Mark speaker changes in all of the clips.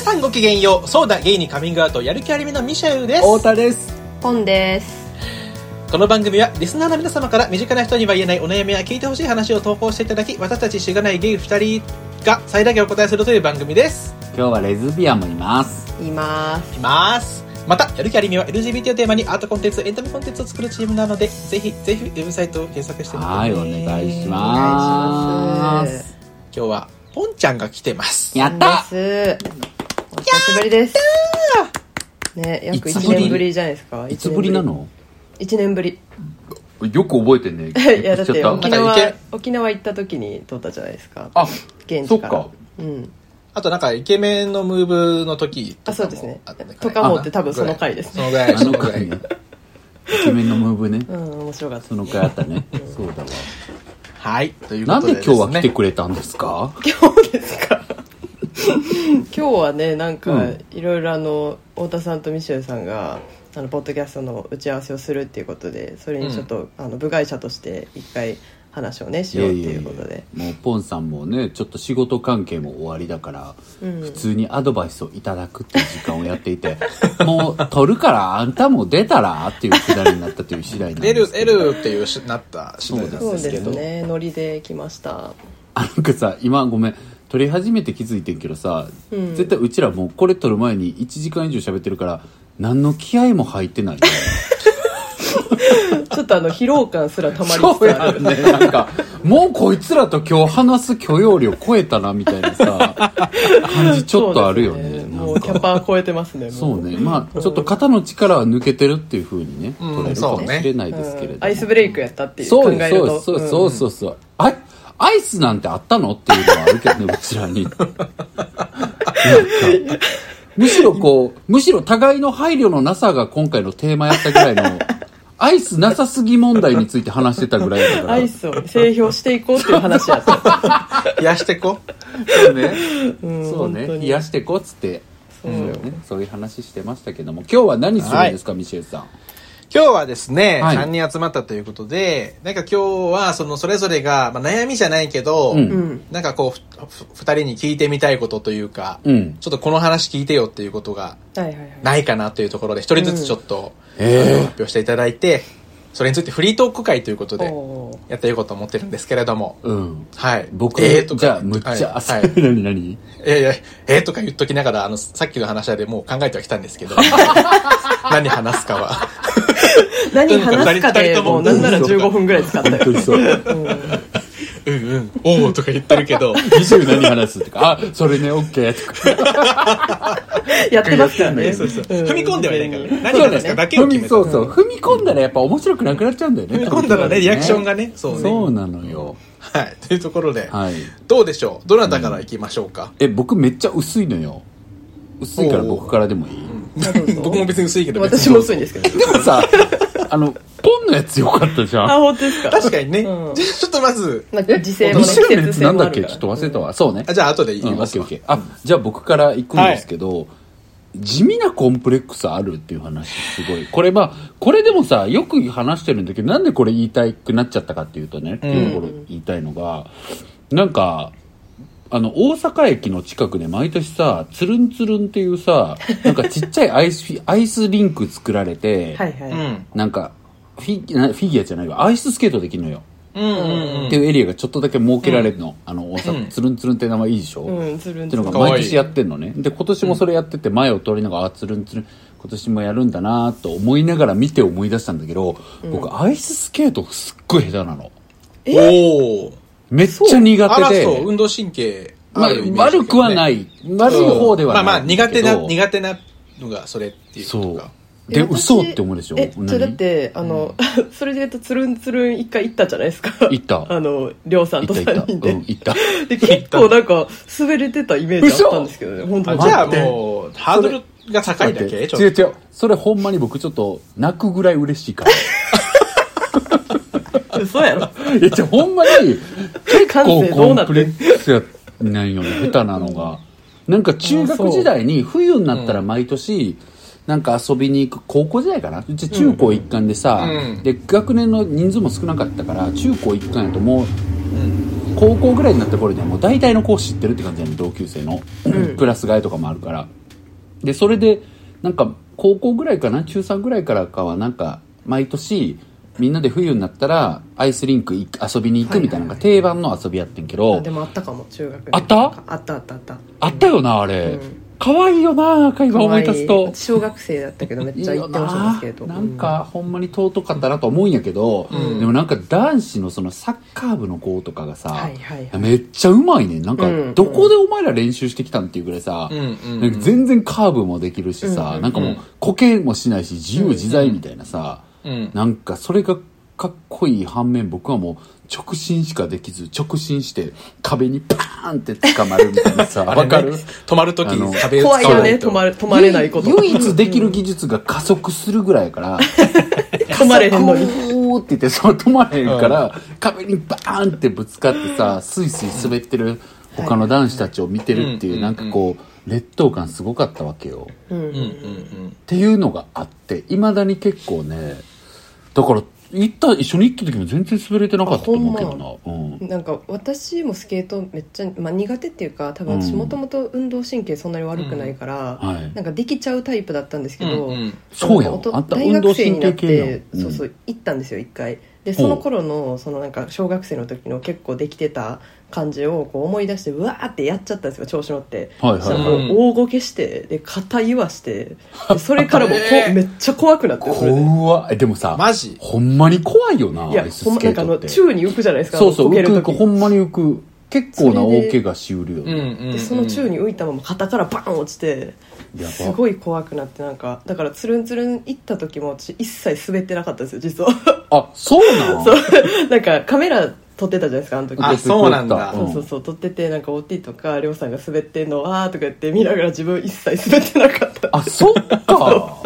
Speaker 1: さんごきげんようそうだゲイにカミングアウトやる気ありみのミシェルです
Speaker 2: 太田です
Speaker 3: 本です。
Speaker 1: この番組はリスナーの皆様から身近な人には言えないお悩みや聞いてほしい話を投稿していただき私たちしがないゲイ2人が最大限お答えするという番組です
Speaker 2: 今日はレズビアンもいます
Speaker 3: います。
Speaker 1: いますまたやる気ありみは LGBT をテーマにアートコンテンツエンタメコンテンツを作るチームなのでぜひぜひウェブサイトを検索してみてね
Speaker 2: はいお願いします
Speaker 1: 今日はポンちゃんが来てます
Speaker 2: やった
Speaker 3: です。お久しぶりです。ね、約
Speaker 2: いつ
Speaker 3: 一
Speaker 2: ぶり
Speaker 3: 年ぶりじゃないですか。
Speaker 2: いつぶりなの
Speaker 3: 一年ぶり。
Speaker 2: よく覚えてんね
Speaker 3: い や、だって
Speaker 2: 言っ
Speaker 3: 沖
Speaker 2: ちゃっ
Speaker 1: なんかい
Speaker 3: 縄
Speaker 1: け、
Speaker 3: 沖縄行った時に撮ったじゃないですか。
Speaker 2: たあ
Speaker 3: 現
Speaker 2: そ
Speaker 3: 地
Speaker 2: っ
Speaker 3: から。
Speaker 2: か
Speaker 3: うん。
Speaker 1: あとなんかイケメンのムーブの時とか
Speaker 3: あ、そう
Speaker 1: も
Speaker 3: ですね
Speaker 1: あったね。
Speaker 3: とかもって多分その回です
Speaker 1: そ
Speaker 3: ね。
Speaker 1: のぐら
Speaker 2: あ
Speaker 1: いそ
Speaker 2: の
Speaker 1: のぐら
Speaker 2: 回
Speaker 1: い
Speaker 2: ねイケメンのムーブね
Speaker 3: うん、面白かった
Speaker 2: そ。の回あったねそうだわ
Speaker 1: はいというこ
Speaker 2: な
Speaker 1: と
Speaker 2: ん
Speaker 1: で
Speaker 2: で
Speaker 1: です
Speaker 2: 今日
Speaker 1: ね
Speaker 2: は来てくれたんですか
Speaker 3: 今日ですか今日はねなん
Speaker 2: う
Speaker 3: か
Speaker 2: ん
Speaker 3: いろいろあの太田さんとミシェルさんがあのポッドキャストの打ち合わせをするっていうことでそれにちょっと、あの部外者として一回話をねしようっていうことで
Speaker 2: もうポンさんもねちょっと仕事関係も終わりだから、普通にアドバイスをいただくっていう時間をやっていて もう取るからあんたも出たらっていうくだりになったという次第なん
Speaker 1: 出
Speaker 2: で
Speaker 1: る
Speaker 2: すけ
Speaker 1: 出
Speaker 2: ど
Speaker 1: るっていうしなった次第なん
Speaker 3: そ
Speaker 1: で
Speaker 3: うです
Speaker 1: け
Speaker 3: す
Speaker 1: ど
Speaker 3: ねノリで来ました
Speaker 2: あなんかさ今ごめん撮り始めて気づいてんけどさ、絶対うちらもうこれ撮る前に1時間以上喋ってるから何の気合も入ってないね
Speaker 3: ちょっとあの疲労感すらたまりつ
Speaker 2: そう
Speaker 3: つあ
Speaker 2: や
Speaker 3: る
Speaker 2: んねなんかもうこいつらと今日話す許容量超えたなみたいなさ感じちょっとあるよ
Speaker 3: そう
Speaker 2: ね
Speaker 3: です
Speaker 2: なんか
Speaker 3: もうキャパ超えてますねも
Speaker 2: そうね、まあちょっと肩の力は抜けてるっていうふうにね、捉えるかもしれないですけれども、
Speaker 3: うんアイスブレイクやったっていう
Speaker 2: そ
Speaker 3: 考
Speaker 2: うで
Speaker 3: え
Speaker 2: す
Speaker 3: る
Speaker 2: そう
Speaker 3: と
Speaker 2: ですそうですそうですそうですそうですあアイスなんてあったのっていうのはあるけどね うちらになんかむしろこうむしろ互いの配慮のなさが今回のテーマやったぐらいのアイスなさすぎ問題について話してたぐらいだ
Speaker 3: う
Speaker 2: か
Speaker 3: ん
Speaker 2: ら
Speaker 3: アイスを製氷していこうっていう 話やった
Speaker 1: 冷やしてこ
Speaker 2: そうね。そう
Speaker 3: 本
Speaker 2: ね。
Speaker 3: 当
Speaker 2: 冷
Speaker 3: に
Speaker 2: やしてこっつって。そう
Speaker 3: う
Speaker 2: よ
Speaker 3: よ
Speaker 2: ね。そういう話してましたけども、今日は何するんですか、ミシェルさん。
Speaker 1: 今日はですね、
Speaker 2: はい
Speaker 1: 3人集まったということでなんか今日はそのそれぞれが、まあ、悩みじゃないけど、
Speaker 2: うん
Speaker 3: うん
Speaker 1: なんかこうふふ2人に聞いてみたいことというか、
Speaker 2: うん。
Speaker 1: ちょっとこの話聞いてよっていうことが
Speaker 3: はいはいはい
Speaker 1: ないかなというところで1人ずつちょっと、
Speaker 2: え
Speaker 1: あの
Speaker 2: え
Speaker 1: 発表していただいてそれについてフリートーク会ということで
Speaker 3: おー
Speaker 1: やっていこうと思ってるんですけれども、
Speaker 2: うん。
Speaker 1: はい
Speaker 2: 僕、
Speaker 1: えーとか
Speaker 2: じゃあ、むっちゃ、
Speaker 1: はい、はい
Speaker 2: あ、何何
Speaker 1: いやいや、えーとか言っときながら、あの、さっきの話でもう考えてはきたんです けど、何話すかは。
Speaker 3: 何話すかでもうなんなら15分ぐらい使った
Speaker 2: 本当
Speaker 3: よ
Speaker 2: にそう。
Speaker 1: うんうん、おーとか言ってるけど、
Speaker 2: 二十何話すとか、あ、それね、オッケーとか。
Speaker 3: やってますからね
Speaker 1: そうそう
Speaker 3: うん
Speaker 1: 踏み込んではいないからね。何
Speaker 2: そう
Speaker 1: 話す
Speaker 2: ね
Speaker 1: かだけを決めた。
Speaker 2: そうそう。踏み込んだらやっぱ面白くなくなっちゃうんだよね。
Speaker 1: 踏み込んだらね、リアクションがね、そうね。
Speaker 2: そうなのよ。
Speaker 1: はい。というところで、
Speaker 2: はい。
Speaker 1: どうでしょうどなたから行きましょうか。
Speaker 2: え、僕めっちゃ薄いのよ。薄いから僕からでもいい
Speaker 3: うん
Speaker 1: 僕も別に薄いけど、
Speaker 3: 私も薄いんですけど
Speaker 2: でも さ、あの、ポンのやつよかったじゃん
Speaker 3: あ。本当ですか
Speaker 1: 確かにね。じゃ
Speaker 3: う
Speaker 1: あ
Speaker 3: ん
Speaker 1: ちょっとまず、
Speaker 3: まあ時勢
Speaker 2: ミ
Speaker 3: もね
Speaker 2: シェルのや
Speaker 3: 季節
Speaker 2: つ
Speaker 3: 性
Speaker 2: なん
Speaker 3: も
Speaker 2: だ
Speaker 3: あ
Speaker 2: っけ
Speaker 3: るか
Speaker 2: ちょ
Speaker 3: ら
Speaker 2: っと忘れたわ。そうね。
Speaker 1: あじゃあ後で
Speaker 2: う
Speaker 1: 言い
Speaker 2: ん、オ
Speaker 1: ま
Speaker 2: ッ
Speaker 1: す
Speaker 2: ケー
Speaker 1: わ
Speaker 2: オッケー。あ、じゃあ僕から行くんですけど、地味なコンプレックスあるっていう話、すごい。これまあ、これでもさ、よく話してるんだけど、なんでこれ言いたくなっちゃったかっていうとね、っていうところ言いたいのが、なんか、あの、大阪駅の近くで毎年さ、つるんつるんっていうさ、なんかちっちゃいアイスフィ、アイスリンク作られて、
Speaker 3: はいは
Speaker 1: う
Speaker 3: い
Speaker 1: ん。
Speaker 2: なんか、フィギュなフィギュアじゃないわ、アイススケートできるのよ。
Speaker 1: うんうんうん
Speaker 2: って。いうエリアがちょっとだけ設けられるの。あの、大
Speaker 1: うん
Speaker 2: 阪、つるんつるんって名前いいでしょ、
Speaker 3: うんつるん
Speaker 2: ってい
Speaker 3: つ
Speaker 2: うの
Speaker 3: るん
Speaker 2: が毎年やってんのね。で、今年もそれやってて、前を通りながら、あ、つるんつるん、今年もやるんだなと思いながら見て思い出したんだけど、僕、アイススケートすっごい下手なの。
Speaker 1: おー。
Speaker 2: めっちゃ
Speaker 1: あ
Speaker 2: 苦
Speaker 1: ら
Speaker 2: 手で、
Speaker 1: そう、運動神経
Speaker 2: まあ
Speaker 1: あるイメージだけどね。
Speaker 2: 悪くはない。悪い方ではない。
Speaker 1: まあまあ、苦手な、
Speaker 2: 手。
Speaker 1: 苦手なのがそれっていうこ
Speaker 2: そ
Speaker 1: と
Speaker 2: う
Speaker 1: か。。
Speaker 2: で、
Speaker 3: え私
Speaker 2: 嘘って思うでしょ
Speaker 3: え
Speaker 2: 何
Speaker 3: それだってあの それで言うとつるんつるん一回行ったじゃないですか
Speaker 2: 行った
Speaker 3: あのりょうさんと
Speaker 2: 行った行っ
Speaker 3: 3
Speaker 2: た。う
Speaker 3: 人
Speaker 2: ん、
Speaker 3: で
Speaker 2: 行った。
Speaker 3: で結構なんか滑れてたイメージあったんですけどね本当
Speaker 1: あ
Speaker 3: に
Speaker 1: じゃあ
Speaker 2: 待って
Speaker 1: もう、ハードルが高いだけちょっ
Speaker 2: 違う
Speaker 1: と。
Speaker 2: 違う。それほんまに僕ちょっと泣くぐらい嬉しいから。
Speaker 3: 嘘やろ
Speaker 2: いや、じゃあほんまに、結
Speaker 3: 感
Speaker 2: 構
Speaker 3: 性ど
Speaker 2: コ
Speaker 3: うな
Speaker 2: ン
Speaker 3: っ
Speaker 2: プ
Speaker 3: て
Speaker 2: レ
Speaker 3: ん
Speaker 2: ックスやないよね、下手なのが。なんか中学時代に、冬になったら毎年、なんか遊びに行く、高校時代かなうち中高一貫でさ、
Speaker 1: うん
Speaker 2: で、学年の人数も少なかったから、中高一貫やともう、
Speaker 1: うん
Speaker 2: 高校ぐらいになった頃にはもう大体の子を知ってるって感じやね同級生の、
Speaker 3: ん
Speaker 2: クラス替えとかもあるからでそれでなんか高校ぐらいかな中3ぐらいからかはなんか毎年みんなで冬になったらアイスリンク行く遊びに行くみたいなのが定番の遊びやってんけど、
Speaker 3: あでもあったかも中学
Speaker 2: あった
Speaker 3: あったあったあった
Speaker 2: あったよなあれ、
Speaker 3: うん
Speaker 2: 可愛いよな赤い今思い出すと
Speaker 3: 私小学生だったけどめっちゃ行ってましたねスケート
Speaker 2: なんかほんまに尊かったなとは思うんやけど、
Speaker 1: うん
Speaker 2: でもなんか男子のそのサッカー部の子とかがさ、
Speaker 3: はいはいはい
Speaker 2: めっちゃうまいねなんか
Speaker 3: うん
Speaker 2: どこでお前ら練習してきたんっていうぐらいさ、
Speaker 1: うんうん
Speaker 2: なんか全然カーブもできるしさ、
Speaker 3: うん
Speaker 2: なんかもうこけもしないし自由自在みたいなさ、
Speaker 1: うん
Speaker 2: なんかそれがかっこいい反面僕はもう直進しかできず直進して壁にパーンって捕まるみたいなさ
Speaker 1: あれね
Speaker 2: わ、かる
Speaker 1: 止まるとき
Speaker 2: あの
Speaker 1: に壁を
Speaker 3: 怖い
Speaker 1: 使わ
Speaker 3: よ
Speaker 1: な
Speaker 3: ね
Speaker 1: いと
Speaker 3: 止まる止まれないこと
Speaker 2: 唯一できる技術が加速するぐらいやから
Speaker 3: 止まれへんのに
Speaker 2: おーって言って、その止まれへんから、壁にバーンってぶつかってさ、スイスイ滑ってる他の男子たちを見てるっていうう、
Speaker 1: ん
Speaker 2: なんかこう、劣等感すごかったわけよ。っ
Speaker 3: うん
Speaker 1: うんうん
Speaker 2: ていうのがあって、未だに結構ね、だから、行った、一緒に行った時も全然滑れてなかったと思うけどな。うん。
Speaker 3: なんか私もスケートめっちゃ、まあ、苦手っていうか多分私
Speaker 2: うん
Speaker 3: もともと運動神経そんなに悪くないから、
Speaker 2: はい
Speaker 3: なんかできちゃうタイプだったんですけ
Speaker 1: う
Speaker 3: ど、
Speaker 1: んうん
Speaker 2: そうや
Speaker 3: なん
Speaker 2: ん
Speaker 3: かおと
Speaker 2: あんた
Speaker 3: 大
Speaker 2: 運動
Speaker 3: 学生
Speaker 2: 神
Speaker 3: にな
Speaker 2: 経
Speaker 3: っ
Speaker 2: 系
Speaker 3: て、
Speaker 2: やん。。
Speaker 3: そうそううん行ったんですよ一回
Speaker 2: ほ
Speaker 3: で
Speaker 2: う
Speaker 3: その頃のそのなんか小学生の時の結構できてた感じをこう思い出してうわーってやっちゃったんですよ調子乗って
Speaker 2: はい
Speaker 3: した
Speaker 2: は
Speaker 3: ら
Speaker 2: い
Speaker 3: も
Speaker 2: は
Speaker 3: う
Speaker 2: い。
Speaker 1: ん
Speaker 3: 大ごけしてで肩言わ してでそれからもこ
Speaker 1: えー
Speaker 3: めっちゃ怖くなってそれで
Speaker 2: 怖い。でもさ、
Speaker 1: マジ
Speaker 2: ほんまに怖いよな、
Speaker 3: いや
Speaker 2: アイス
Speaker 3: ほん
Speaker 2: ス
Speaker 3: ま
Speaker 2: ケ
Speaker 3: なん
Speaker 2: ー
Speaker 3: かあ
Speaker 2: ト
Speaker 3: の
Speaker 2: って。
Speaker 3: 宙に浮くじゃないですか
Speaker 2: そうそう、
Speaker 3: あのこけ
Speaker 2: 浮
Speaker 3: る
Speaker 2: く浮く、
Speaker 3: 時
Speaker 2: ほんまに浮く。結構な大怪我しうるよ
Speaker 1: う
Speaker 2: ね。
Speaker 1: んうんうん
Speaker 3: でその宙に浮いたまま肩からバーン落ちて
Speaker 2: やば
Speaker 3: すごい怖くなってなんかだからつるんつるん行った時も私一切滑ってなかったんですよ実は
Speaker 2: あ、そうなん
Speaker 3: なんかカメラ撮ってたじゃないですかあの時
Speaker 1: あそうなんだ
Speaker 3: そうそうそう撮っててなんか OT とかりょうさんが滑ってんのあーとか言って見ながら自分一切滑ってなかった
Speaker 2: あ、そっか。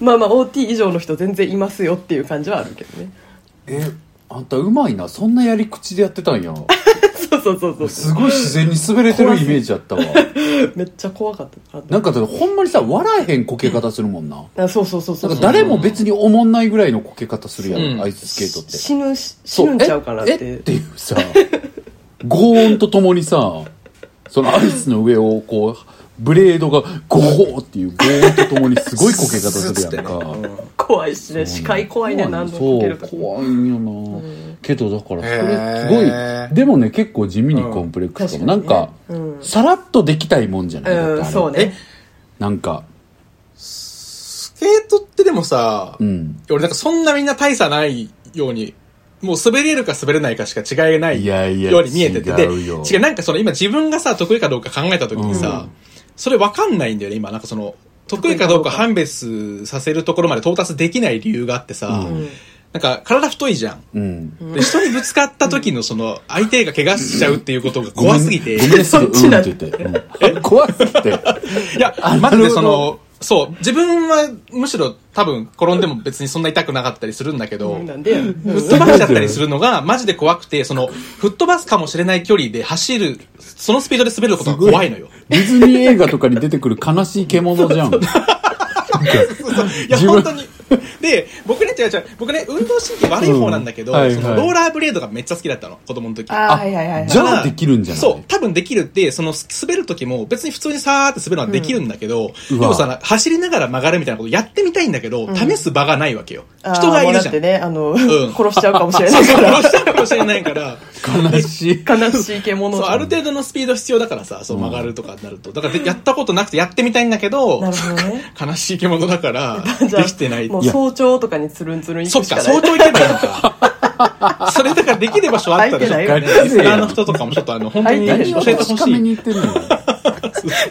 Speaker 3: まあまあ OT 以上の人全然いますよっていう感じはあるけ どね
Speaker 2: え、あんたうまいな。そんなやり口でやってたんや。
Speaker 3: そうそうそうそう
Speaker 2: すごい自然に滑れてるイメージやったわ。
Speaker 3: めっちゃ怖かったあ
Speaker 2: なんかだってほんまにさ、笑えへんこけ方するもんな。
Speaker 3: あそうそうそうそ
Speaker 2: な
Speaker 3: うん
Speaker 2: か誰も別に思んないぐらいのこけ方するやん、
Speaker 1: うん
Speaker 2: アイススケートって。
Speaker 3: 死ぬし死
Speaker 2: そう
Speaker 3: ぬんちゃうかなっ
Speaker 2: え
Speaker 3: て
Speaker 2: えっていうさ、ゴーンとともにさ、そのアイスの上をこう、ブレードがゴーっていうゴーンとともにすごいこけ方するやんか。
Speaker 3: 怖いしね視界怖いね何度もかける
Speaker 2: そ
Speaker 3: と
Speaker 2: う怖いよな、けどだからそ
Speaker 1: へ
Speaker 2: れ
Speaker 1: ー
Speaker 2: すごいでもね結構地味にコンプレックスかも、なんか、
Speaker 3: うん
Speaker 2: さらっとできたいもんじゃない、だって
Speaker 3: う
Speaker 2: あ
Speaker 3: ん
Speaker 2: れ
Speaker 3: そうね
Speaker 2: なんか
Speaker 1: スケートってでもさ、
Speaker 2: うん
Speaker 1: 俺なんかそんなみんな大差ないように、もう滑れるか滑れないかしか違いない
Speaker 2: いやいや
Speaker 1: ように見えてて、で
Speaker 2: 違うよ
Speaker 1: 違う、なんかその今自分がさ、得意かどうか考えた時にさ、それわかんないんだよね、今。なんかその、得意かどうか判別させるところまで到達できない理由があってさ、
Speaker 2: う
Speaker 1: なんか体太いじゃん。
Speaker 2: うん
Speaker 1: で人にぶつかった時のその、相手が怪我しちゃうっていうことが怖すぎて
Speaker 2: ご。めんねすぐうん
Speaker 3: そっちだ
Speaker 2: って言って、うん怖すぎて
Speaker 1: いや
Speaker 2: あ、
Speaker 1: マジで
Speaker 2: なるほど
Speaker 1: その、そう、自分はむしろ多分転んでも別にそんな痛くなかったりするんだけど、
Speaker 3: なんでやねん
Speaker 1: 吹っ飛ばしちゃったりするのがマジで怖くて、その、吹っ飛ばすかもしれない距離で走る、そのスピードで滑ることが怖いの よ。
Speaker 2: ディズニー映画とかに出てくる悲しい獣じゃん
Speaker 1: いや、
Speaker 2: 自
Speaker 1: 本
Speaker 2: 分
Speaker 1: 当に。で、僕ね、違う違う、僕ね、運動神経悪い方なんだけど、
Speaker 2: うんはい
Speaker 1: その
Speaker 2: はい
Speaker 1: ローラーブレードがめっちゃ好きだったの、子供の時。
Speaker 3: あはいはいはいはい
Speaker 2: じゃあできるんじゃない
Speaker 1: そう、多分できるって、その滑る時も別に普通にさーって滑るのはできるんだけど、で
Speaker 2: うわ
Speaker 1: もさ、走りながら曲がるみたいなことやってみたいんだけど、試す場がないわけよ。人がいるじゃん。
Speaker 3: あーもうだってねあの、
Speaker 1: ん
Speaker 3: 殺しちゃうかもしれ
Speaker 1: そ
Speaker 3: な
Speaker 1: う
Speaker 3: い
Speaker 1: そう、
Speaker 3: か
Speaker 1: 殺しちゃうかもしれないから。
Speaker 2: 悲しい
Speaker 3: ら悲しい獣
Speaker 1: そう、ある程度のスピード必要だからさ、そう曲がるとかになると。だからで、やったことなくてやってみたいんだけど、
Speaker 3: なるほどね
Speaker 1: 悲しい生き物だから、
Speaker 3: じゃあ
Speaker 1: できてない。
Speaker 3: もう早朝とかにつるんつるん行
Speaker 1: そ
Speaker 3: く
Speaker 1: っ
Speaker 3: し
Speaker 1: か、
Speaker 3: かない
Speaker 1: 相当行けばいいのか。それだから できる場所あったでしょ。
Speaker 3: 空いて
Speaker 1: ね
Speaker 3: ない
Speaker 2: よね
Speaker 1: リスナーの人とかもちょっとあの、本当に教
Speaker 3: 空い
Speaker 2: 何
Speaker 3: てな
Speaker 2: を
Speaker 1: えてほ
Speaker 2: 確か
Speaker 1: し
Speaker 2: め
Speaker 1: い。
Speaker 2: に行ってんのよ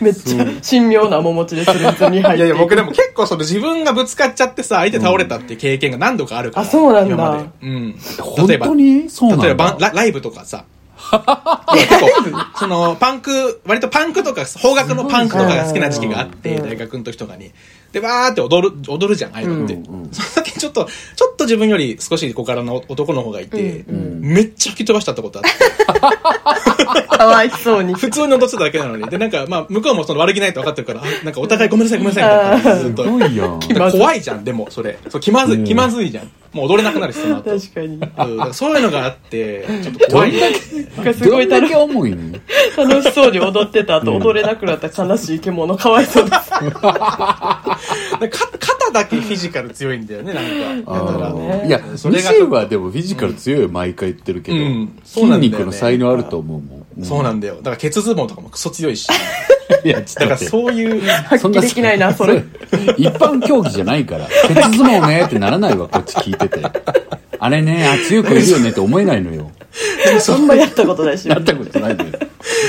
Speaker 3: めっちゃ 神妙な面持ちでつるんつるんに入
Speaker 1: い
Speaker 3: ってい
Speaker 1: やいや、僕でも結構その自分がぶつかっちゃってさ、相手倒れたっていう経験が何度かあるから。
Speaker 3: あそうなんだ
Speaker 1: 今まで。うん。
Speaker 2: 本当にそうなんだ
Speaker 1: 例えばラライブとかさ結構そのパンク割とパンクとか邦楽のパンクとかが好きな時期があって
Speaker 3: うん
Speaker 1: 大学の時とかにでわーって踊る踊るじゃんああいうのって、
Speaker 2: うんうん
Speaker 1: その時ちょっとちょっと自分より少し小柄な男の方がいて、めっちゃ吹き飛ばしたってことあって
Speaker 3: かわいそうに
Speaker 1: 普通に踊ってただけなのにでなんかまあ向こうもその悪気ないと分かってるからあなんかお互いごめんなさいごめんなさいみたいな感じでず
Speaker 2: す
Speaker 1: っと
Speaker 2: ごいやん
Speaker 1: だから怖いじゃんでもそれそう気まずい気まずいじゃんもう踊れなくなるし、その後。
Speaker 3: 確かに
Speaker 1: う
Speaker 3: な
Speaker 1: んだからそういうのがあって、ちょっと怖いね。
Speaker 3: んかすごい
Speaker 2: どんだ
Speaker 3: 楽
Speaker 2: け重いの
Speaker 3: 楽しそうに踊ってた後踊れなくなった悲しい獣かわいそうです
Speaker 1: なんかか肩だけフィジカル強いんだよね、なんか。だから
Speaker 3: ー
Speaker 1: ね。
Speaker 3: ね
Speaker 2: いや、
Speaker 1: それ
Speaker 2: ミ
Speaker 1: が
Speaker 2: シェルはでもフィジカル強いよ、毎回言ってるけど
Speaker 1: うん。そ
Speaker 2: 筋
Speaker 1: うなんだよね
Speaker 2: 肉の才能あると思うもん。
Speaker 1: そうなんんだよ。だから、ケツズボンとかもクソ 強いし。
Speaker 2: いや、ち
Speaker 1: だ
Speaker 2: ょ
Speaker 1: か
Speaker 2: っと待
Speaker 1: ら、
Speaker 2: って
Speaker 1: そういう、
Speaker 2: そん
Speaker 3: 発揮できないなそれ。
Speaker 2: 一般競技じゃない から。鉄相撲ねってならないわ、こっち聞いてて。あれね、あ、強くいるよねって思えないのよ。
Speaker 3: そんなやったことないし
Speaker 2: なったことないのよ。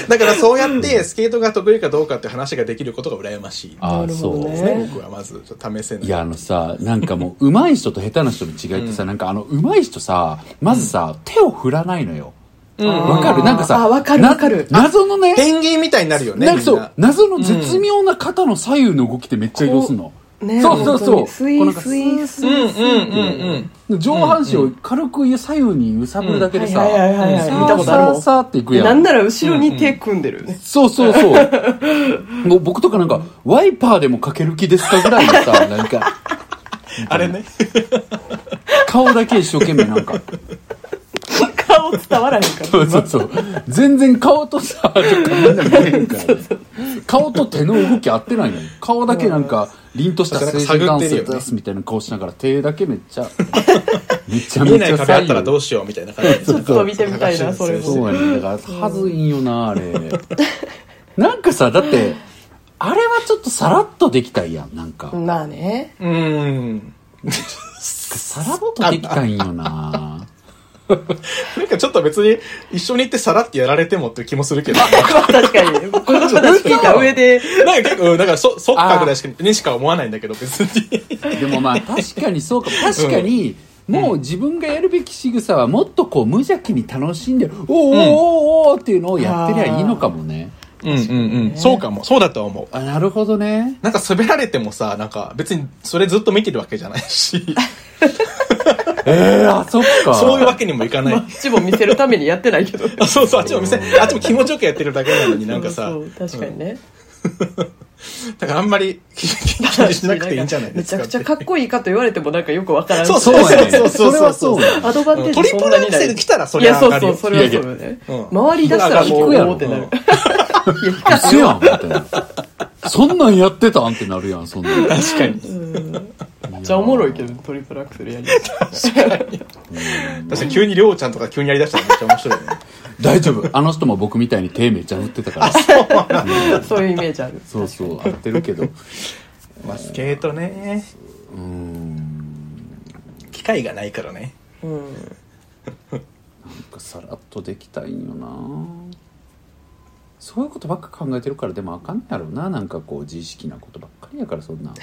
Speaker 1: だからそうやって、スケートが得意かどうかって話ができることが羨ましい。
Speaker 2: あ
Speaker 3: な
Speaker 2: あ、
Speaker 3: るほ
Speaker 2: そ
Speaker 3: ど
Speaker 2: う
Speaker 3: ね。
Speaker 1: ね、僕はまず、ちょっと試せない。
Speaker 2: いや、あのさ、なんかもう、上手い人と下手な人の違いってさ、なんかあの、上手い人さ、まずさ、手を振らないのよ。
Speaker 1: うん、
Speaker 2: わかるなんかさ、
Speaker 3: あわかるわかる
Speaker 2: な謎のね、
Speaker 1: ペンギンみたいになるよね。
Speaker 2: なんかそ
Speaker 1: みん
Speaker 2: う、謎の絶妙な肩の左右の動きってめっちゃ移動すんの。
Speaker 3: ね
Speaker 2: そうそうそう
Speaker 3: 本当にスイ
Speaker 2: こうなん
Speaker 3: ー
Speaker 2: か
Speaker 3: スイースイ
Speaker 1: うん
Speaker 3: ースイ
Speaker 1: うんうんうん。
Speaker 2: 上半身を軽く左右に揺さぶるだけでさ、
Speaker 3: はいはいはいはい
Speaker 2: さ
Speaker 3: 見た
Speaker 2: あ
Speaker 3: こと
Speaker 2: さ
Speaker 3: あるも
Speaker 2: あ
Speaker 3: ん
Speaker 2: さあっていくやん。
Speaker 3: なんなら後ろに手組んでるよね、
Speaker 2: そうそうそう。もう僕とかなんか、ワイパーでもかける気ですかぐらいのさ、なんか、
Speaker 1: あれね。
Speaker 2: 顔だけ一生懸命なんか、
Speaker 3: 顔伝わらへんから
Speaker 2: そうそうそう。全然顔とさ、とかみんな見えるから、ね。顔と手の動き合ってないのよ顔だけなんか、凛とした成人男性ですみたいな顔しながら、手だけめっちゃ、めちゃ
Speaker 1: 見え
Speaker 2: め
Speaker 1: な
Speaker 2: ち
Speaker 1: い
Speaker 2: ゃ
Speaker 1: 壁あったらど
Speaker 2: う
Speaker 1: うしようみたいな感じで。
Speaker 3: ちょっと見てみたいなそれ
Speaker 2: そ
Speaker 3: も
Speaker 2: うやねん。だから、はずいんよな、あれ。なんかさ、だって、あれはちょっとさらっとできたいやん、なんか。
Speaker 3: まあね
Speaker 1: うん。
Speaker 2: さらっとできたいんよな。
Speaker 1: なんかちょっと別に一緒に行ってさらってやられてもっていう気もするけど、
Speaker 3: 確かにこの話聞いた上で
Speaker 1: なんか結構、うんだからそ、そっかぐらいしかにしか思わないんだけど、別に。
Speaker 2: で もまあ確かにそうかも確かに、もう自分がやるべき仕草はもっとこう無邪気に楽しんでるおーおーおーおーっていうのをやってりゃいいのかもね
Speaker 1: うんうんうん。そうかも。そうだとは思う。
Speaker 2: あなるほどね
Speaker 1: なんか滑られてもさ、なんか別にそれずっと見てるわけじゃないし、
Speaker 2: えー、あそっか
Speaker 1: そういうわけにもいかない
Speaker 3: あ。っちも見せるためにやってないけど
Speaker 1: あそうそう、あっちも見せ、あっちも気持ちよくやってるだけなのになんかさ
Speaker 3: そ、うそう確かにね、
Speaker 1: だからあんまり気 にしなくていいんじゃないですか。
Speaker 3: めちゃくちゃかっこいいかと言われてもなんかよくわからん
Speaker 1: そう
Speaker 2: そうやね
Speaker 1: そうそうそうそう
Speaker 2: それはそうや
Speaker 3: アドバンテー
Speaker 1: ト
Speaker 3: ジ
Speaker 1: リ
Speaker 3: そ
Speaker 1: プル
Speaker 3: んな
Speaker 1: ア
Speaker 3: に
Speaker 1: ク
Speaker 3: な
Speaker 1: セ
Speaker 3: い
Speaker 1: ル来たらそ
Speaker 3: い
Speaker 1: れ
Speaker 3: や
Speaker 1: は
Speaker 3: そ
Speaker 1: 上がる
Speaker 3: うそ
Speaker 1: よ
Speaker 3: うそれはそうだよね
Speaker 1: うん
Speaker 3: 周り出したらもう
Speaker 2: いや
Speaker 3: おーってなる
Speaker 2: うそやんみたいなそんなんやってたんってなるやんそんなん
Speaker 1: 確かに。
Speaker 3: めっちゃおもろいけどトリプルアクセルやり
Speaker 1: 確かに急にりょうちゃんとか急にやりだしたらめっちゃ面白いよね。
Speaker 2: 大丈夫あの人も僕みたいに手めっちゃ振ってたから
Speaker 3: そういうイメージある
Speaker 2: そうそう合ってるけど
Speaker 1: まあ、スケートね。機会がないからね。
Speaker 2: さらっとできたいんよなそういうことばっか考えてるからでもあかんやろうななんかこう自意識なことばっかりやからそんな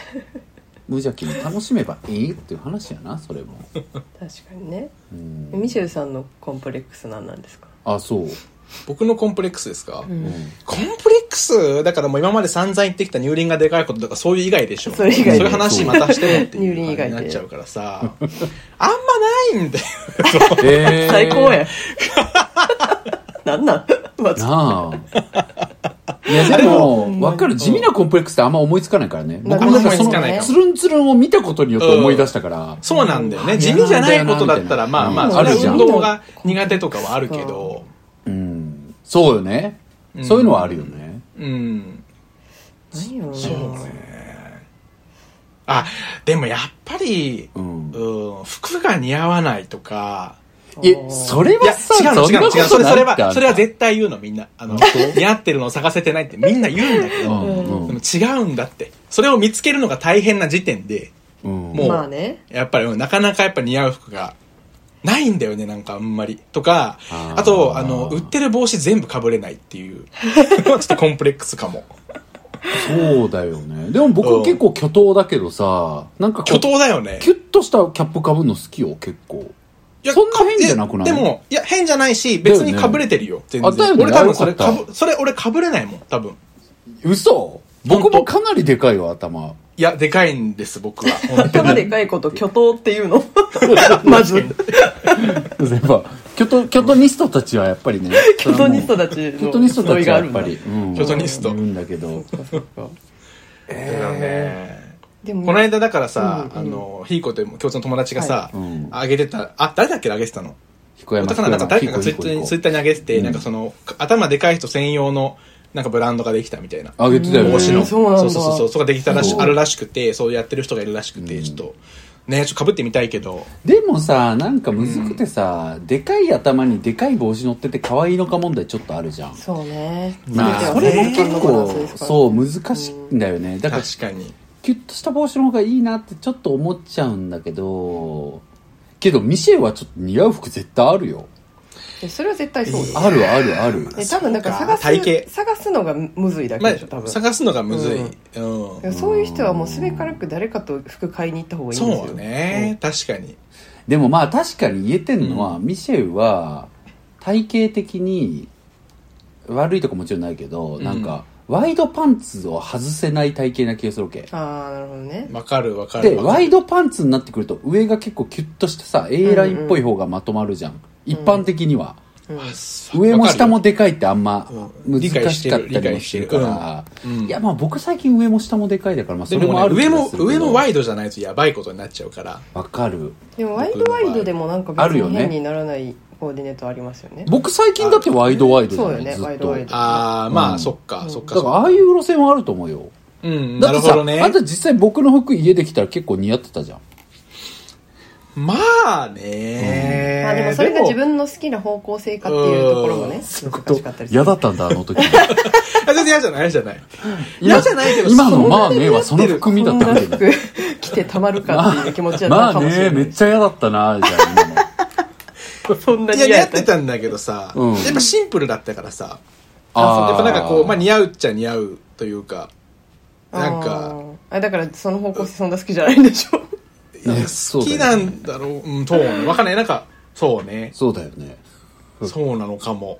Speaker 2: 無邪気に楽しめばいいっていう話やなそれも
Speaker 3: 確かにね
Speaker 2: うん
Speaker 3: ミシェルさんのコンプレックスなんなんですか
Speaker 2: あ そう、
Speaker 1: 僕のコンプレックスですか、
Speaker 2: うん
Speaker 1: コンプレックスだからもう今まで散々言ってきた乳輪がでかいこととかそういう以外でしょ。
Speaker 3: それ以外で
Speaker 1: そういう話またしてもってい
Speaker 3: 乳輪
Speaker 1: う感
Speaker 3: 以外
Speaker 1: じ
Speaker 3: で
Speaker 1: になっちゃうからさ。あんまないん だよ。
Speaker 2: えー
Speaker 3: 最高 やなんなんまあ
Speaker 2: なあいやでも分かる地味なコンプレックスってあんま思いつかないからね
Speaker 3: まあ
Speaker 2: 僕もなんかそ
Speaker 1: 思いつかない
Speaker 2: の
Speaker 1: か
Speaker 2: つるんつるんを見たことによって思い出したから、
Speaker 1: そうなんだよね。
Speaker 2: うん
Speaker 1: 地味じゃないことだったら、
Speaker 2: うん
Speaker 1: まあま
Speaker 2: う
Speaker 1: あ、
Speaker 2: ん
Speaker 1: それ
Speaker 2: あるじ
Speaker 1: は
Speaker 2: ゃん
Speaker 1: 運動が苦手とかはあるけど、
Speaker 2: うん、そうよね、そういうのはあるよね
Speaker 1: うん。
Speaker 3: 何よ
Speaker 1: あ、でもやっぱり、
Speaker 2: うん
Speaker 1: うん、服が似合わないとか、
Speaker 2: いやそれ
Speaker 1: い
Speaker 2: は
Speaker 1: や、
Speaker 2: さ
Speaker 1: 違うの、
Speaker 2: そんな
Speaker 1: 違うの、
Speaker 2: こ
Speaker 1: 違うの。
Speaker 2: と
Speaker 1: それ、それ
Speaker 2: ないってあん
Speaker 1: は、
Speaker 2: た
Speaker 1: それは絶対言うの、みんな。あの、似合ってるのを探せてないってみんな言うんだけ
Speaker 2: う
Speaker 1: ど、
Speaker 2: んうん
Speaker 1: でも違うんだって。それを見つけるのが大変な時点で、
Speaker 2: うん
Speaker 1: もう
Speaker 3: まあね
Speaker 1: やっぱり、うんなかなかやっぱ似合う服が、ないんだよね、なんかあんまり。とか、
Speaker 2: あ
Speaker 1: あ
Speaker 2: ー
Speaker 1: と、あの、売ってる帽子全部被れないって いう、ちょっとコンプレックスかも。
Speaker 2: そうだよね。でも僕
Speaker 1: うん
Speaker 2: は結構巨頭だけどさ、なんかこ
Speaker 1: 巨
Speaker 2: う
Speaker 1: 頭だよね。
Speaker 2: キュッとしたキャップかぶるの好きよ、結構。
Speaker 1: いや
Speaker 2: そんな変じゃなくない
Speaker 1: でも、いや、変じゃないし、別に
Speaker 2: だよね
Speaker 1: 被れてるよ、全
Speaker 2: あだ
Speaker 1: 然。
Speaker 2: よね
Speaker 1: 俺多分それ
Speaker 2: あよかっ
Speaker 1: 被、それ俺被れないもん、多分。
Speaker 2: 嘘僕もかなりでかいよ、頭。
Speaker 1: いや、でかいんです、僕は。本当に
Speaker 3: 頭でかいこと巨頭っていうのまず
Speaker 2: やっぱ、巨頭、巨頭ニストたちはやっぱりね。
Speaker 3: 巨頭ニストたち
Speaker 2: 巨頭ニ
Speaker 3: の
Speaker 2: ストた
Speaker 3: い
Speaker 2: ち
Speaker 3: が
Speaker 2: はや
Speaker 3: ある
Speaker 2: っ
Speaker 3: んだ
Speaker 2: ぱり。うん
Speaker 1: 巨頭ニスト
Speaker 2: いるんだけど。
Speaker 3: そっかそっか
Speaker 1: だよね。
Speaker 3: でも
Speaker 1: この間だからさ、
Speaker 3: うん
Speaker 1: あの、ひいこという共通の友達がさ、
Speaker 2: いうん
Speaker 1: あげてた、あ、誰だっけあげてたの
Speaker 2: 彦山
Speaker 1: だからなんか誰かがツイッターにツイッターに上げてて、
Speaker 2: うん
Speaker 1: なんかその、頭でかい人専用の、なんかブランドができたみたいな。
Speaker 2: あげてたよね
Speaker 1: 帽子の。
Speaker 3: うんそうなんだ
Speaker 1: そうそうそう。そこができたらし
Speaker 2: う、ん
Speaker 1: あるらしくて、そうやってる人がいるらしくて、ちょっと、ね、ちょっと被ってみたいけど、
Speaker 2: でもさなんかむずくてさ、でかい頭にでかい帽子乗ってて可愛いのか問題ちょっとあるじゃん
Speaker 3: そうね
Speaker 2: まあ
Speaker 1: あ
Speaker 2: それも
Speaker 1: 全
Speaker 2: 結
Speaker 1: 然
Speaker 2: 構そう
Speaker 3: う
Speaker 2: 難しいんだよねだから
Speaker 1: 確かに。
Speaker 2: キュッとした帽子の方がいいなってちょっと思っちゃうんだけどけどミシェルはちょっと似合う服絶対あるよ
Speaker 3: それは絶対そうよ
Speaker 2: あるあるある
Speaker 3: で多分なんか
Speaker 1: そう
Speaker 3: 探
Speaker 1: か
Speaker 3: す
Speaker 1: 体型
Speaker 3: 探すのがむずいだ
Speaker 1: ま
Speaker 3: け
Speaker 1: あ
Speaker 3: でしょ多、分
Speaker 1: 探すのがむずい。うん。
Speaker 3: でもそういう人はもうすべからく誰かと服買いに行った方がいいんですよ
Speaker 1: そうね。確かに。
Speaker 2: でもまあ確かに言えてんのは、ミシェルは体型的に悪いとこもちろんないけど、
Speaker 1: ん
Speaker 2: なんかワイドパンツを外せない体型な気がするわけ
Speaker 3: ああなるほどね
Speaker 1: わかるわかる。
Speaker 2: で
Speaker 1: わか
Speaker 2: ワ
Speaker 1: る
Speaker 2: イドパンツになってくると上が結構キュッとしてさ A ラインっぽい方がまとまるじゃん、一般的には、
Speaker 3: うん
Speaker 2: 上も下もでかいってあんま
Speaker 1: うん
Speaker 2: 難しかったりもしてるから
Speaker 1: 理解してる理解してるうんうん
Speaker 2: いやまあ僕最近上も下もでかいだからまあそ
Speaker 1: で
Speaker 2: れ
Speaker 1: も
Speaker 2: も
Speaker 1: ね
Speaker 2: ある
Speaker 1: 上も、上もワ
Speaker 2: イ
Speaker 1: イドじゃないとやばいことになっちゃうから。
Speaker 2: わかる
Speaker 3: でもワイドワイドでもなんか
Speaker 2: ある
Speaker 3: 別
Speaker 2: よ
Speaker 3: に
Speaker 2: ね
Speaker 3: 変にならないコーディネートありますよね
Speaker 2: 僕最近だってワイドワイドじゃ
Speaker 3: そう
Speaker 2: な
Speaker 3: よ
Speaker 2: い
Speaker 3: ね
Speaker 2: ず
Speaker 3: ワ
Speaker 2: っ
Speaker 3: イド
Speaker 2: と
Speaker 3: ワイド
Speaker 2: だか
Speaker 1: ああ、ま
Speaker 2: うん
Speaker 1: あ、そっか、そっか。
Speaker 2: らああいう路線はあると思うよ
Speaker 1: うん、
Speaker 2: だ
Speaker 1: な
Speaker 2: っ
Speaker 1: る
Speaker 2: て
Speaker 1: ほ
Speaker 2: さ
Speaker 1: どね。
Speaker 2: あんた実際僕の服家できたら結構似合ってたじゃん
Speaker 1: まあね、
Speaker 3: まあでもそれが自分の好きな方向性かっていうところもね難しかったりする
Speaker 2: 嫌だったんだあの 時
Speaker 1: あ全然嫌じゃない嫌じゃない嫌じゃないけど
Speaker 2: 今
Speaker 1: そん
Speaker 2: の
Speaker 1: な
Speaker 2: まあねはその含みだ
Speaker 3: こ
Speaker 2: っ
Speaker 3: ん
Speaker 2: た
Speaker 3: なん
Speaker 2: だけど
Speaker 3: 服着てたまるかっていう気持ちだった
Speaker 2: ま
Speaker 3: のか
Speaker 2: あ
Speaker 3: もしれ
Speaker 2: ね
Speaker 3: な
Speaker 2: め
Speaker 3: い
Speaker 2: っちゃ嫌だったなじゃあ今の
Speaker 3: そんないに
Speaker 1: や
Speaker 3: 嫌
Speaker 1: 似合
Speaker 3: やっ
Speaker 1: ってたんだけどさ、
Speaker 2: うん
Speaker 1: やっぱシンプルだったからさ
Speaker 2: あー
Speaker 1: やっぱなんかこう、ま あ、似合うっちゃ似合うというかなんか
Speaker 3: あーあだからその方向性そんな好きじゃないんでしょ
Speaker 1: いや
Speaker 2: ねそう
Speaker 1: 好
Speaker 2: だよ
Speaker 1: き
Speaker 2: ね
Speaker 1: なんだろう、うん、そうねわかんないなんかそうね
Speaker 2: そうだよね
Speaker 1: そうなのかも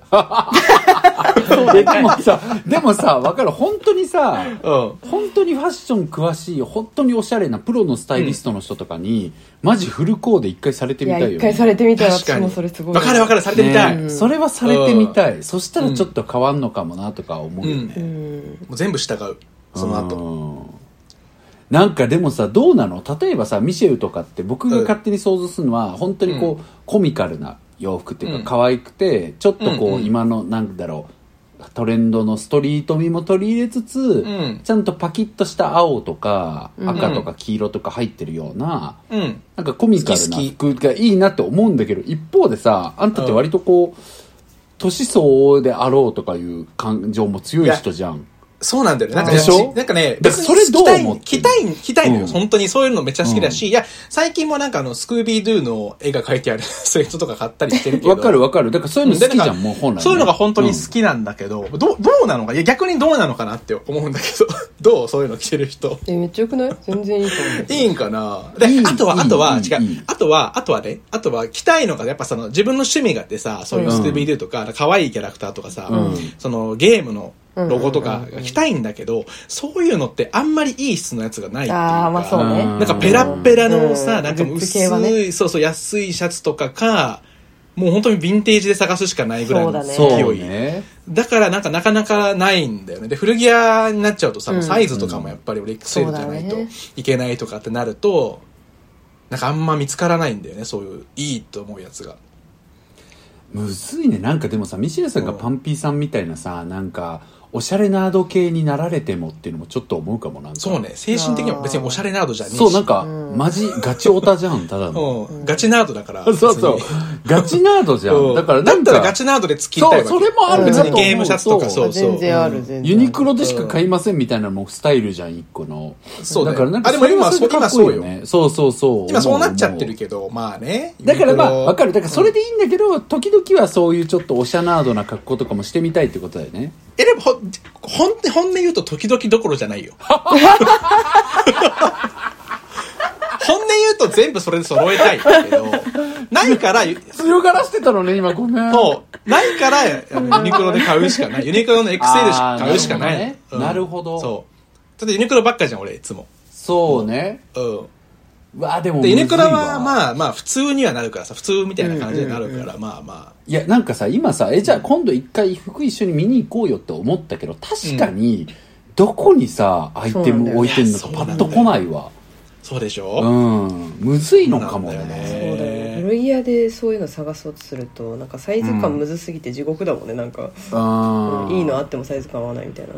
Speaker 2: えでもさでもさ分かる本当にさ
Speaker 1: うん
Speaker 2: 本当にファッション詳しい本当におしゃれなプロのスタイリストの人とかに、マジフルコーデ一回されてみ
Speaker 3: い
Speaker 2: た
Speaker 3: や
Speaker 2: いよ、ね、
Speaker 3: 一回されてみたら
Speaker 1: 確
Speaker 3: 私
Speaker 1: かに
Speaker 3: もそれすごい
Speaker 1: わかるわかるされてみたい、
Speaker 2: ね
Speaker 1: も
Speaker 2: それはされてみたい、そしたらちょっと変わんのかもなとか思うよね、
Speaker 3: うん
Speaker 1: う全部従うその後
Speaker 2: うんなんかでもさどうなの例えばさミシェルとかって僕が勝手に想像するのは、本当にこう、
Speaker 1: う
Speaker 2: コミカルな洋服っていうか、
Speaker 1: うん
Speaker 2: 可愛くてちょっとこう、
Speaker 1: うんうん
Speaker 2: 今のなんだろうトレンドのストリート味も取り入れつつ、
Speaker 1: ん
Speaker 2: ちゃんとパキッとした青とか
Speaker 3: うん
Speaker 2: 赤とか黄色とか入ってるような、
Speaker 1: うん
Speaker 2: なんかコミカルな服がいいなって思うんだけど一方でさあんたって割とこう、年相応であろうとかいう感情も強い人じゃん。
Speaker 1: そうなんだよね。なんか
Speaker 2: でしょ
Speaker 1: なんかね、
Speaker 2: だからそれどう思って
Speaker 1: 着たい、着たいの
Speaker 2: う
Speaker 1: よ。
Speaker 2: ん
Speaker 1: 本当にそういうのめっちゃ好きだし、いや、最近もなんかあの、スクービードゥの絵が描いてある スウェットとか買ったりしてるけど。
Speaker 2: わかるわかる。だからそういうの好きじ
Speaker 1: で
Speaker 2: ゃ
Speaker 1: なんか
Speaker 2: ん、もう本来ね、
Speaker 1: そういうのが本当に
Speaker 2: うん
Speaker 1: 好きなんだけど、どう、どうなのかいや、逆にどうなのかなって思うんだけど、 どうそういうの着てる人。
Speaker 3: えめっちゃよくない全然いいと思う
Speaker 1: いいんかなで
Speaker 2: いい、
Speaker 1: あと
Speaker 2: いい
Speaker 1: は、あとは、
Speaker 2: いい
Speaker 1: 違。
Speaker 2: いいう
Speaker 1: あとは、あとはね、あとは、着たいのが、やっぱその、自分の趣味があってさ、そういうスクービードゥとか、可愛いキャラクターとかさ
Speaker 2: うん、
Speaker 1: その、ゲームのロゴとかが着たいんだけど、そういうのってあんまりいい質のやつがないっていうか。
Speaker 3: あーまあそうね
Speaker 1: なんかペラッペラの
Speaker 3: う
Speaker 1: さ、
Speaker 3: ん
Speaker 1: なんかもう
Speaker 3: グッズ
Speaker 1: 薄
Speaker 3: 系はね
Speaker 1: い、そうそう、安いシャツとかか、もう本当にヴィンテージで探すしかないぐらいの
Speaker 3: そうだね
Speaker 2: そう
Speaker 1: 勢い。
Speaker 2: ね。
Speaker 1: だからなんかなかなかないんだよね。で、古着屋になっちゃうとさ、
Speaker 3: うん
Speaker 1: サイズとかもやっぱり俺 XL じゃないと
Speaker 3: そうだね
Speaker 1: いけないとかってなると、なんかあんま見つからないんだよね、そういう、いいと思うやつが。
Speaker 2: むずいね。なんかでもさ、ミシェルさんがパンピーさんみたいなさ、なんか、おしゃれナード系になられてもっていうのもちょっと思うかもなんか。
Speaker 1: そうね、精神的には別におしゃれナードじゃねえし。
Speaker 2: そう、なんか、
Speaker 3: うん
Speaker 2: マジ、ガチオタじゃん、ただの。
Speaker 1: うん、ガチナードだから。
Speaker 2: そうそう
Speaker 1: 別に。
Speaker 2: ガチナードじゃ
Speaker 1: うん
Speaker 2: ん。だからなんか、
Speaker 1: だったらガチナードで突きたいわけ
Speaker 2: そうそれもあ
Speaker 3: る
Speaker 1: 別
Speaker 3: なと
Speaker 1: に
Speaker 3: 思う
Speaker 1: ゲームシャツとかそうそう
Speaker 3: 全然ある全然ある
Speaker 2: ユニクロでしか買いませんみたいなのもスタイルじゃん、一個の。
Speaker 1: そうだよ
Speaker 2: だからなんか、
Speaker 1: あでも今
Speaker 2: それはそれでかっこいい
Speaker 1: 今
Speaker 2: ね。そうそうそう。
Speaker 1: 今そうなっちゃって
Speaker 2: 思う思
Speaker 1: る
Speaker 2: う
Speaker 1: けどまあね
Speaker 2: だからまあ、わか
Speaker 1: る
Speaker 2: る。だからそれでいいんだけど、時々はそういうちょっとおしゃなードな格好とかもしてみたいってことだよね。
Speaker 1: えでもほほん本音言うと時々どころじゃ ないよ本音言うと全部それで揃えたいけどないから
Speaker 2: 強がらしてたのね、今ごめん。
Speaker 1: そうないからあのユニクロで買うしかないユニクロの XL でしか買うしかない
Speaker 2: あーなるほどねなるほど
Speaker 1: そうだってユニクロばっかじゃん俺いつも
Speaker 2: そうね。
Speaker 1: うん
Speaker 2: うわあ、でも
Speaker 1: でユニクロは
Speaker 2: あ。
Speaker 1: まあまあ普通にはなるからさ普通みたいな感じになるから、まあま
Speaker 2: いや、なんかさ、今さ、え、じゃあ今度一回服一緒に見に行こうよって思ったけど、確かに、どこにさ、アイテム置いてんのか
Speaker 1: そう
Speaker 2: パ
Speaker 1: なんだ
Speaker 2: ッ
Speaker 1: よ
Speaker 2: と来ないわ。
Speaker 1: そうでし
Speaker 2: う
Speaker 1: ょ、
Speaker 2: んむずいのかも
Speaker 1: なんだよ
Speaker 2: ね
Speaker 1: ね
Speaker 3: そうだよね古着屋でそういうの探そうとするとなんかサイズ感むずすぎて地獄だもんねなんか、
Speaker 2: あ
Speaker 3: いいのあってもサイズ感合わないみたいな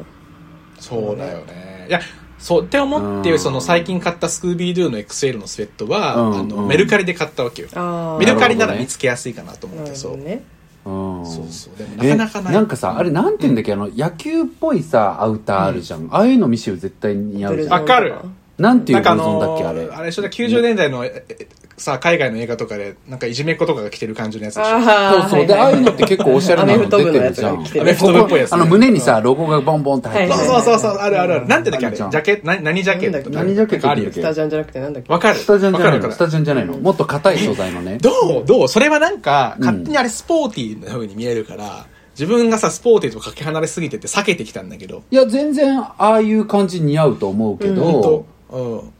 Speaker 1: そうだよねいやそうって思って、
Speaker 2: うん
Speaker 1: その最近買ったスクービードゥの XL のスウェットは、
Speaker 2: うん
Speaker 1: あの
Speaker 2: うん
Speaker 1: メルカリで買ったわけよ、
Speaker 3: ああ
Speaker 1: メルカリな
Speaker 2: なるほど
Speaker 1: ら
Speaker 2: ね
Speaker 1: 見つけやすいかなと思って、そう、
Speaker 3: ね
Speaker 2: うん
Speaker 1: そうそうでも
Speaker 2: え
Speaker 1: なかなかない
Speaker 2: んかさあれなんて言うんだっけ、あの野球っぽいさアウターあるじゃん、ああいうのミシェル絶対似合うじゃ
Speaker 1: わ
Speaker 2: ん
Speaker 1: かる
Speaker 2: なんてい
Speaker 1: な
Speaker 2: うん
Speaker 1: か
Speaker 2: ブ
Speaker 1: あ
Speaker 2: ルゾンだっ
Speaker 1: の
Speaker 2: け
Speaker 1: ー
Speaker 2: あれ
Speaker 1: あれ一緒だ90年代のええさ海外の映画とかでなんかいじめっ子とかが着てる感じのやつでしょ
Speaker 2: そう
Speaker 3: ああ
Speaker 2: そうでああいうのって結構おしゃれな
Speaker 3: アメ
Speaker 2: の
Speaker 3: フト部
Speaker 2: 出て
Speaker 3: のや
Speaker 2: る
Speaker 3: つ
Speaker 2: じゃ
Speaker 3: が
Speaker 2: ん
Speaker 3: 着てる
Speaker 1: アメフト部っぽいやつ
Speaker 2: あの胸にさロゴがボンボンって入って
Speaker 3: はい
Speaker 2: る
Speaker 3: はい
Speaker 1: そうそうそうそうあるあるある
Speaker 3: うん
Speaker 1: なんてだっけあれジャケ何何ジャケット
Speaker 2: 何ジャケット
Speaker 1: あるよ
Speaker 3: スタジャンじゃなくてなんだっけ
Speaker 1: わかる
Speaker 2: スタジャンじゃないの
Speaker 1: わ
Speaker 2: ス
Speaker 1: かるわか
Speaker 2: タジャンじゃないのもっと硬い素材のね
Speaker 1: るどうどうそれはなんか
Speaker 2: うん
Speaker 1: 勝手にあれスポーティーな風に見えるから自分がさスポーティーとかけ離れすぎてて避けてきたんだけど
Speaker 2: いや全然ああいう感じ似合うと思うけ
Speaker 1: ほん
Speaker 2: ど
Speaker 1: と、うん
Speaker 2: うん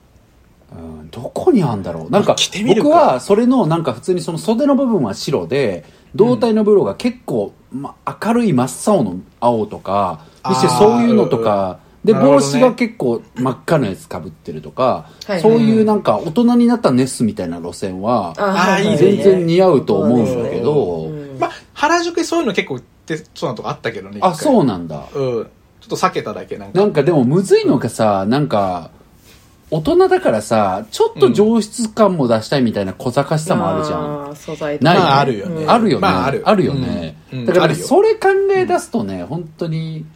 Speaker 2: どこにあんだろうなんか
Speaker 1: 着てみるか
Speaker 2: 僕はそれのなんか普通にその袖の部分は白で胴体の部分が結構、ま、明るい真っ青の青とか
Speaker 1: あー
Speaker 2: にしてそういうのとかで
Speaker 1: なるほど
Speaker 2: 帽
Speaker 1: ね
Speaker 2: 子が結構真っ赤なやつかぶってるとか、
Speaker 3: はい
Speaker 2: そういうなんか大人になったネスみたいな路線は
Speaker 1: あーいいね
Speaker 2: 全然似合うと思うんだけど、
Speaker 3: うん
Speaker 1: まあ原宿にそういうの結構売ってそうなとこあったけどね
Speaker 2: あそううなんだ
Speaker 1: うんちょっと避けただけなんか
Speaker 2: なんかでもむずいのがさなんか大人だからさちょっと上質感も出したいみたいな小賢しさもあるじゃん、
Speaker 3: あー素材とか
Speaker 2: ない、
Speaker 1: まああるよね
Speaker 2: あるよね。
Speaker 1: まあある
Speaker 2: よね。
Speaker 1: うんうん
Speaker 2: だか
Speaker 1: あ
Speaker 2: ら、
Speaker 1: るよ
Speaker 2: それ考え出すとね、本当に、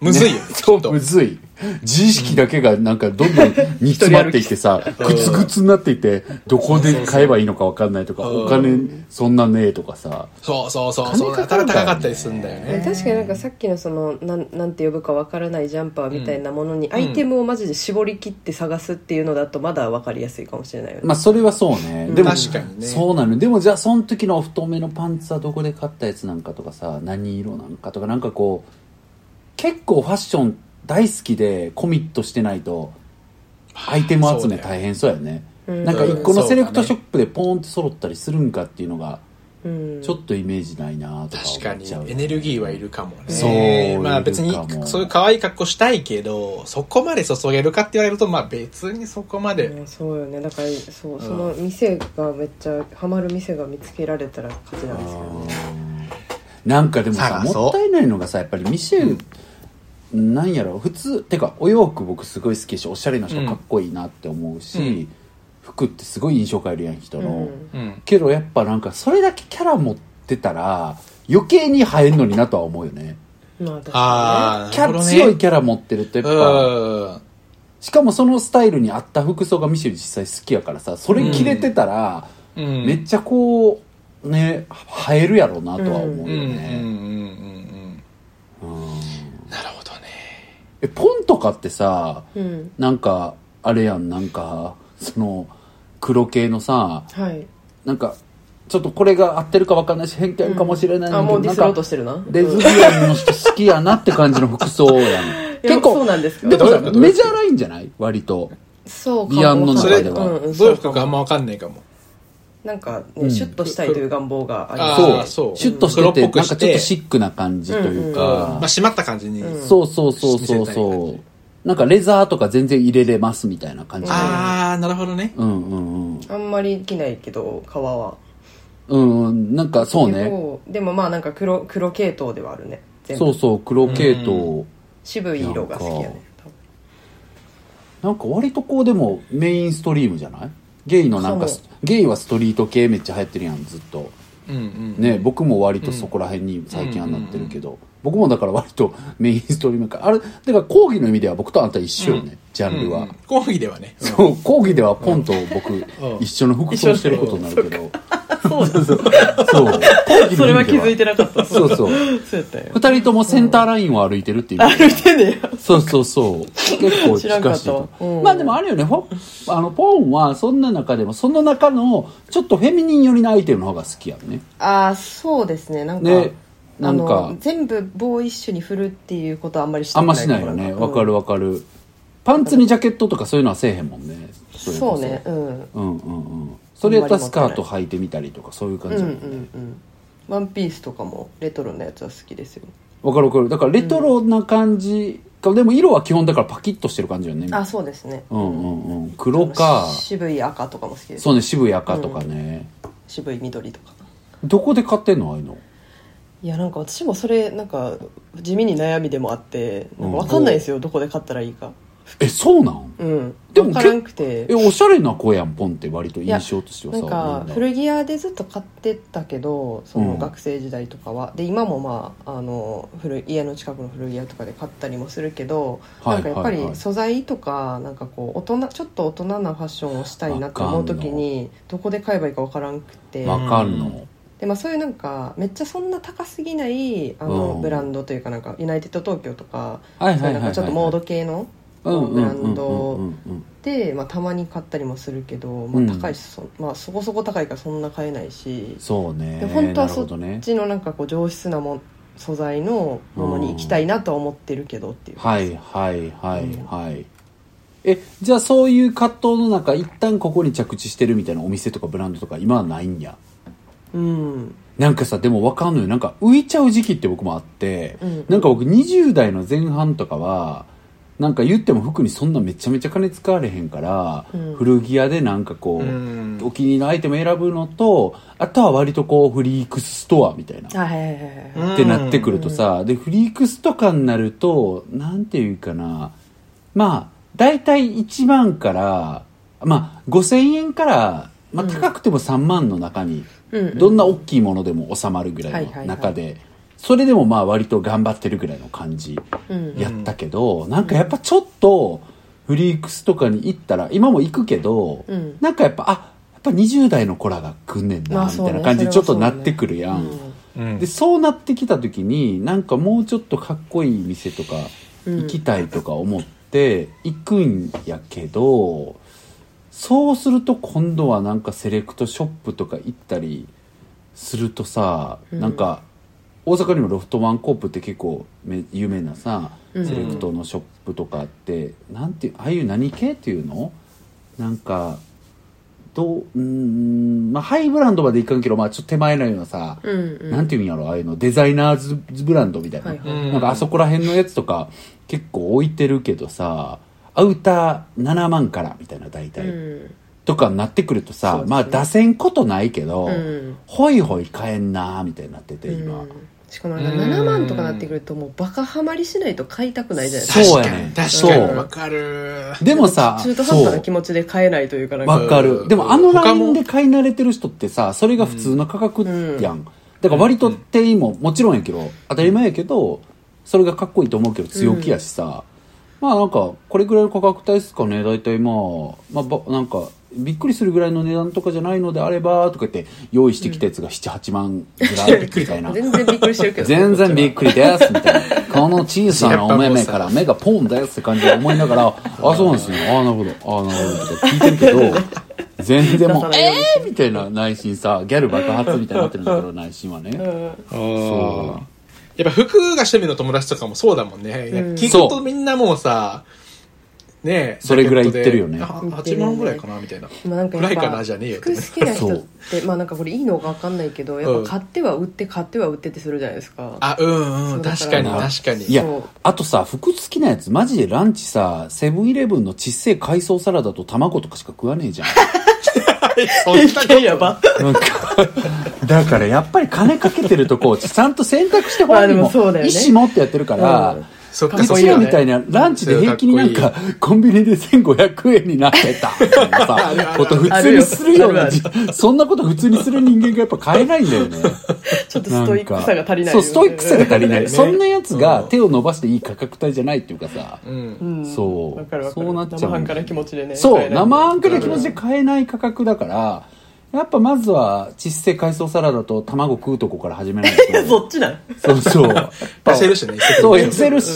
Speaker 1: むずいよ
Speaker 2: ね
Speaker 1: きっ
Speaker 2: そう、
Speaker 1: と
Speaker 2: むずい。自意識だけがなんかどんどん煮詰まっていってさ、
Speaker 1: 歩き
Speaker 2: グツグツになっていて、どこで買えばいいのかわかんないとか、
Speaker 1: うん
Speaker 2: お金そんなねえとかさ。
Speaker 1: そうそうそうそう
Speaker 2: 金
Speaker 1: だ
Speaker 2: かか
Speaker 1: から
Speaker 2: るからね
Speaker 1: 高かったりするんだよね
Speaker 3: 確かになんかさっきのそのなんなんて呼ぶかわからないジャンパーみたいなものに
Speaker 1: ん
Speaker 3: アイテムをマジで絞り切って探すっていうのだとまだわかりやすいかもしれないよね、
Speaker 2: まあ、それはそうね。でも、
Speaker 1: 確かにね
Speaker 2: そうなの。でも、じゃあ、その時の太めのパンツはどこで買ったやつなんかとかさ、何色なんかとか、なんかこう、結構ファッション大好きでコミットしてないと、アイテム集め大変そうやね。
Speaker 3: うん
Speaker 2: なんか一個
Speaker 1: うんそうだ
Speaker 2: の
Speaker 1: ね
Speaker 2: セレクトショップでポーンって揃ったりするんかっていうのが、
Speaker 3: うん、
Speaker 2: ちょっとイメージないなとか
Speaker 1: 確
Speaker 2: 思
Speaker 1: か
Speaker 2: っ
Speaker 1: に
Speaker 2: ちゃう。
Speaker 1: エネルギーはいるかもね
Speaker 2: そう
Speaker 1: まあ
Speaker 2: いる
Speaker 1: 別
Speaker 2: かも
Speaker 1: にそういう可愛い格好したいけどそこまで注げるかって言われるとまあ別にそこまで、
Speaker 3: うんそうよねだからそうその店がめっちゃハマる店が見つけられたら勝ちなんですけどね
Speaker 2: なんかでもさ
Speaker 1: 探そう
Speaker 2: もったいないのがさやっぱりミシェル、なんやろ普通てかお洋服僕すごい好きやしおしゃれな人
Speaker 1: うん
Speaker 2: かっこいいなって思うし、
Speaker 1: うん
Speaker 2: 服ってすごい印象変えるやん人の、
Speaker 3: うん
Speaker 1: うん、
Speaker 2: けどやっぱなんかそれだけキャラ持ってたら余計に映えんのになとは思うよね
Speaker 3: まあ確か
Speaker 1: ああ
Speaker 2: キャ
Speaker 1: なるほどね
Speaker 2: 強いキャラ持ってるとやっぱ、
Speaker 1: うん
Speaker 2: しかもそのスタイルに合った服装がミシェル実際好きやからさそれ着れてたら、
Speaker 1: うん
Speaker 2: めっちゃこうね映えるやろうなとは思う
Speaker 1: うんうんうん
Speaker 2: よ
Speaker 1: うん
Speaker 2: ね、うん
Speaker 1: うんなるほどね
Speaker 2: えポンとかってさ
Speaker 3: にねうん
Speaker 2: なんかあれやんなんかその黒系のさ
Speaker 3: はい
Speaker 2: なんかちょっとこれが合ってるかわかんないし偏見かもしれないんだ
Speaker 3: あ
Speaker 2: けど
Speaker 3: もうディス
Speaker 2: な
Speaker 3: ろ
Speaker 2: ん
Speaker 3: う
Speaker 2: か
Speaker 3: としてるな
Speaker 2: レズビアンの人好きやなって感じの服装やん
Speaker 3: いや
Speaker 2: 結構
Speaker 3: そうなんですか
Speaker 2: でも
Speaker 1: どうい
Speaker 2: さ
Speaker 1: うこと
Speaker 2: メジャーラインじゃない割と
Speaker 3: そうか
Speaker 2: ビアンの
Speaker 1: そ
Speaker 2: 中
Speaker 1: れ、
Speaker 2: では
Speaker 3: うんうん
Speaker 1: どう
Speaker 3: そ
Speaker 1: いう
Speaker 3: う
Speaker 1: 服
Speaker 3: かも
Speaker 1: かあんまわかんないかも
Speaker 3: なんか、ね
Speaker 2: うん
Speaker 3: シュッとしたいという願望がありま
Speaker 1: あ
Speaker 3: す
Speaker 1: ー
Speaker 2: そう
Speaker 1: そう
Speaker 2: シュッとしてて
Speaker 1: 黒っぽ
Speaker 2: な
Speaker 1: く
Speaker 2: ん
Speaker 1: して
Speaker 2: かちょっとシックな感じというか、
Speaker 1: まあ締まった感じに、
Speaker 3: うん
Speaker 2: そうそうそうそう
Speaker 1: 見せたい
Speaker 2: そ
Speaker 1: 感
Speaker 2: うなんかレザーとか全然入れれますみたいな感じで
Speaker 1: ああなるほどね
Speaker 2: うんうんうん
Speaker 3: あんまり着ないけど皮は
Speaker 2: うんうんなんかそう
Speaker 3: 結
Speaker 2: ね
Speaker 3: 構でもまあなんか黒黒系統ではあるね全部
Speaker 2: そうそう黒系統
Speaker 3: 渋い色が好きやね多分
Speaker 2: なんか割とこうでもメインストリームじゃないゲイのなんか
Speaker 3: そう
Speaker 2: ゲイはストリート系めっちゃ流行ってるやんずっと
Speaker 1: うんうん
Speaker 2: ね僕も割とそこら辺に最近はなってるけど僕もだから割とメインストリームかあれだから講義の意味では僕とあんた一緒よねジャンル
Speaker 1: う
Speaker 2: は
Speaker 1: ん講義ではね
Speaker 2: そう講義ではポンと僕一緒の服装してることになるけど
Speaker 3: そうだ
Speaker 2: そうそう講義
Speaker 3: そ
Speaker 2: の
Speaker 3: れ
Speaker 2: 意
Speaker 3: は
Speaker 2: 味
Speaker 3: 気
Speaker 2: で
Speaker 3: づい
Speaker 2: は
Speaker 3: てなかった
Speaker 2: そうそう
Speaker 3: そうやったよ
Speaker 2: 二人ともセンターラインを歩いてるっていう意味
Speaker 3: 歩いてねよ
Speaker 2: そうそうそう。結構近しい
Speaker 3: 知らんかった
Speaker 2: と
Speaker 3: わ。うん
Speaker 2: まあでもあるよね、ほあの、ポンはそんな中でも、その中の、ちょっとフェミニン寄りのアイテムの方が好きやんね。
Speaker 3: ああそうですねなんか
Speaker 2: ねなんか
Speaker 3: あの全部ボーイッシュに振るっていうことはあんまりして
Speaker 2: あんましないよね。わかるわかる。パンツにジャケットとかそういうのはせえへんもんね。れこ
Speaker 3: そうねうん
Speaker 2: うんうんうん。それやったらスカート履いてみたりとか、そういう感
Speaker 3: うんう
Speaker 2: じ
Speaker 3: ん
Speaker 2: や
Speaker 3: う
Speaker 2: もんね。
Speaker 3: んワンピースとかもレトロなやつは好きですよ
Speaker 2: わかるわかる。だからレトロな感じでも色は基本だからパキッとしてる感じよね
Speaker 3: あそうですね
Speaker 2: うんうんうん黒か
Speaker 3: 渋い赤とかも好きです
Speaker 2: そうね渋い赤とかね、
Speaker 3: 渋い緑とか
Speaker 2: どこで買ってんのああいうの
Speaker 3: いやなんか私もそれなんか地味に悩みでもあってなんか分かんないですよ、どこで買ったらいいか
Speaker 2: えそうなん
Speaker 3: うん
Speaker 2: でも
Speaker 3: 分からんくて
Speaker 2: えおしゃれな子やんポンって割と印象としては
Speaker 3: な
Speaker 2: さ
Speaker 3: んか
Speaker 2: みんな
Speaker 3: 古着屋でずっと買ってたけどそうの
Speaker 2: ん
Speaker 3: 学生時代とかは、で今もまああの古い家の近くの古着屋とかで買ったりもするけど、
Speaker 2: はい
Speaker 3: なんかやっぱ
Speaker 2: はいはい
Speaker 3: り素材とかなんかこう大人ちょっと大人なファッションをしたいなって思う時にどこで買えばいいか分からんくて、
Speaker 2: わかんの
Speaker 3: でまあ、そういうなんかめっちゃそんな高すぎないあの、
Speaker 2: うん
Speaker 3: ブランドというかなんかユナイテッド東京とか、
Speaker 2: はい
Speaker 3: そ
Speaker 2: は
Speaker 3: う
Speaker 2: いうは
Speaker 3: いないん
Speaker 2: はい
Speaker 3: かちょっとモード系の
Speaker 2: うんうん
Speaker 3: ブランド
Speaker 2: うんうん
Speaker 3: で、まあ、たまに買ったりもするけど、ま
Speaker 2: うん
Speaker 3: あ、高いし、そまあ、そこそこ高いからそんな買えないし
Speaker 2: そうね
Speaker 3: で本当は
Speaker 2: なる
Speaker 3: そ
Speaker 2: ほ
Speaker 3: っ
Speaker 2: どね
Speaker 3: ちのなんかこう上質なもん素材のものに行きたいなとは思ってるけどっていう、
Speaker 2: はいはいはいはい、えじゃあそういう葛藤の中一旦ここに着地してるみたいなお店とかブランドとか今はないんや
Speaker 3: うん
Speaker 2: なんかさでも分かんのよなんか浮いちゃう時期って僕もあって、
Speaker 3: うん
Speaker 2: なんか僕20代の前半とかはなんか言っても服にそんなめちゃめちゃ金使われへんから、
Speaker 3: うん
Speaker 2: 古着屋でなんかこ
Speaker 1: う
Speaker 2: う、
Speaker 1: ん
Speaker 2: お気に入りのアイテム選ぶのとあとは割とこうフリークスストアみたいな
Speaker 3: あはいはいはいはい
Speaker 2: ってなってくるとさ、でフリークスとかになるとなんていうかなまあ大体1万から、まあ、5000円から、まあ、
Speaker 3: うん
Speaker 2: 高くても3万の中に、
Speaker 3: うんうん
Speaker 2: どんな大きいものでも収まるぐらい
Speaker 3: はいはい
Speaker 2: の
Speaker 3: はい
Speaker 2: 中で、それでもまあ割と頑張ってるぐらいの感じ
Speaker 3: うん
Speaker 2: やったけど、なんかやっぱちょっとフリークスとかに行ったら今も行くけど、
Speaker 3: うん
Speaker 2: なんかやっぱあやっぱ20代の子らが来んねん
Speaker 3: ま
Speaker 2: な
Speaker 3: あ
Speaker 2: み
Speaker 3: そう
Speaker 2: た
Speaker 3: ね
Speaker 2: いな感じでちょっと
Speaker 3: それ
Speaker 2: な
Speaker 3: はそうね
Speaker 2: ってくるやん。
Speaker 1: うん
Speaker 2: でそうなってきた時になんかもうちょっとかっこいい店とか
Speaker 3: うん
Speaker 2: 行きたいとか思って行くんやけど、そうすると今度はなんかセレクトショップとか行ったりするとさ、
Speaker 3: うん
Speaker 2: なんか大阪にもロフトワンコープって結構め有名なさ
Speaker 3: うん
Speaker 2: セレクトのショップとかあって、なんていうああいう何系っていうのなんかどううーんまあハイブランドまでいかんけど、まあ、ちょっと手前のようなさ、
Speaker 3: うんうん
Speaker 2: なんていうんやろああいうのデザイナーズブランドみたいな、
Speaker 3: はいはい
Speaker 1: うん
Speaker 2: なんかあそこら辺のやつとか結構置いてるけどさアウター7万からみたいな大体、
Speaker 3: うん
Speaker 2: とかになってくるとさ、
Speaker 3: そうですね
Speaker 2: まあ出せんことないけど、
Speaker 3: うん
Speaker 2: ホイホイ買えんなーみたいになってて今、
Speaker 3: うんしかもなんか7万とかなってくるともうバカハマりしないと買いたくないじゃないです
Speaker 2: そ
Speaker 3: か
Speaker 2: う
Speaker 1: 確
Speaker 2: や
Speaker 1: か
Speaker 2: ね
Speaker 1: に確かに
Speaker 2: そう
Speaker 1: わかる
Speaker 2: でもさ
Speaker 3: 中途半端な気
Speaker 2: そ
Speaker 3: 持ちで買えないというかなん
Speaker 2: う
Speaker 3: か
Speaker 2: わかる
Speaker 1: うん
Speaker 2: でもあのラインで
Speaker 1: 他
Speaker 2: 買い慣れてる人ってさそれが普通の価格やん、だから割と店員ももちろんやけど当たり前やけどそれがかっこいいと思うけど強気やしさ、まあなんかこれぐらいの価格帯ですかね大体まあ、まあば、なんかびっくりするぐらいの値段とかじゃないのであればとか言って用意してきたやつが78万ずらってみたい な
Speaker 3: 全然びっくりしてるけど
Speaker 2: 全然びっ
Speaker 3: り
Speaker 2: くりですみたいなこの小さなお目目から目がポンですって感じで思いな がらあそうなんですねああなるほどああなるほどとか聞いてるけど全然もう
Speaker 3: 出さないように
Speaker 2: えーみたいな内心さギャル爆発みたいになってるんだけど内心は ね
Speaker 1: そうやっぱ服が趣味の友達とかもそうだもんね、聞く
Speaker 2: そ
Speaker 1: と
Speaker 2: う
Speaker 1: みんなもうさねえ
Speaker 2: それぐらい言ってるよね
Speaker 1: ジャケットであ8万ぐらいかなみたいな
Speaker 3: まあなんか
Speaker 1: ぐら
Speaker 3: やっ
Speaker 1: いか
Speaker 3: ぱ
Speaker 1: なじゃねえよって
Speaker 3: 服
Speaker 1: ね
Speaker 3: 好きな人ってまあなんかこれいいのか分かんないけどやっぱ買っては売って買っては売ってってするじゃないですか
Speaker 1: あうんうん
Speaker 3: そうだ
Speaker 1: 確
Speaker 3: か
Speaker 1: からに確かに
Speaker 2: いや
Speaker 3: そう
Speaker 2: あとさ服好きなやつマジでランチさセブンイレブンのちっせえ海藻サラダと卵とかしか食わねえじ ゃん
Speaker 1: そんなこと
Speaker 3: やば
Speaker 2: なんかだからやっぱり金かけてるとこをちゃんと選択して
Speaker 3: まあ
Speaker 2: 本
Speaker 3: で
Speaker 2: 人
Speaker 3: も
Speaker 2: も
Speaker 3: そうだよね
Speaker 2: 意思持ってやってるから、
Speaker 3: うん
Speaker 1: そっか
Speaker 2: いつ
Speaker 1: そっ
Speaker 2: も
Speaker 1: か
Speaker 2: みたいなランチで平気になんかコンビニで1500円になって たみたいなさこと普通にするよう
Speaker 3: あ
Speaker 2: な
Speaker 3: る
Speaker 2: じそんなこと普通にする人間がやっぱ買えないんだよ ね
Speaker 3: ちょっとストイックさが足りない
Speaker 2: そうストイックさが足りない、
Speaker 1: ね
Speaker 2: そんなやつが手を伸ばしていい価格帯じゃないっていうかさ、
Speaker 1: うん
Speaker 2: そう
Speaker 3: わかるわか
Speaker 2: そうなっ
Speaker 3: る
Speaker 2: ちゃう
Speaker 3: 生半可な気持ちでね
Speaker 2: そう生
Speaker 3: 生
Speaker 2: 半可な気持ちで買えない価格だからやっぱまずはちっせえ海藻サラダと卵食うとこから始めないと
Speaker 3: そっちなん
Speaker 2: そうそう。
Speaker 1: 痩せるしね
Speaker 2: そう、痩せるし、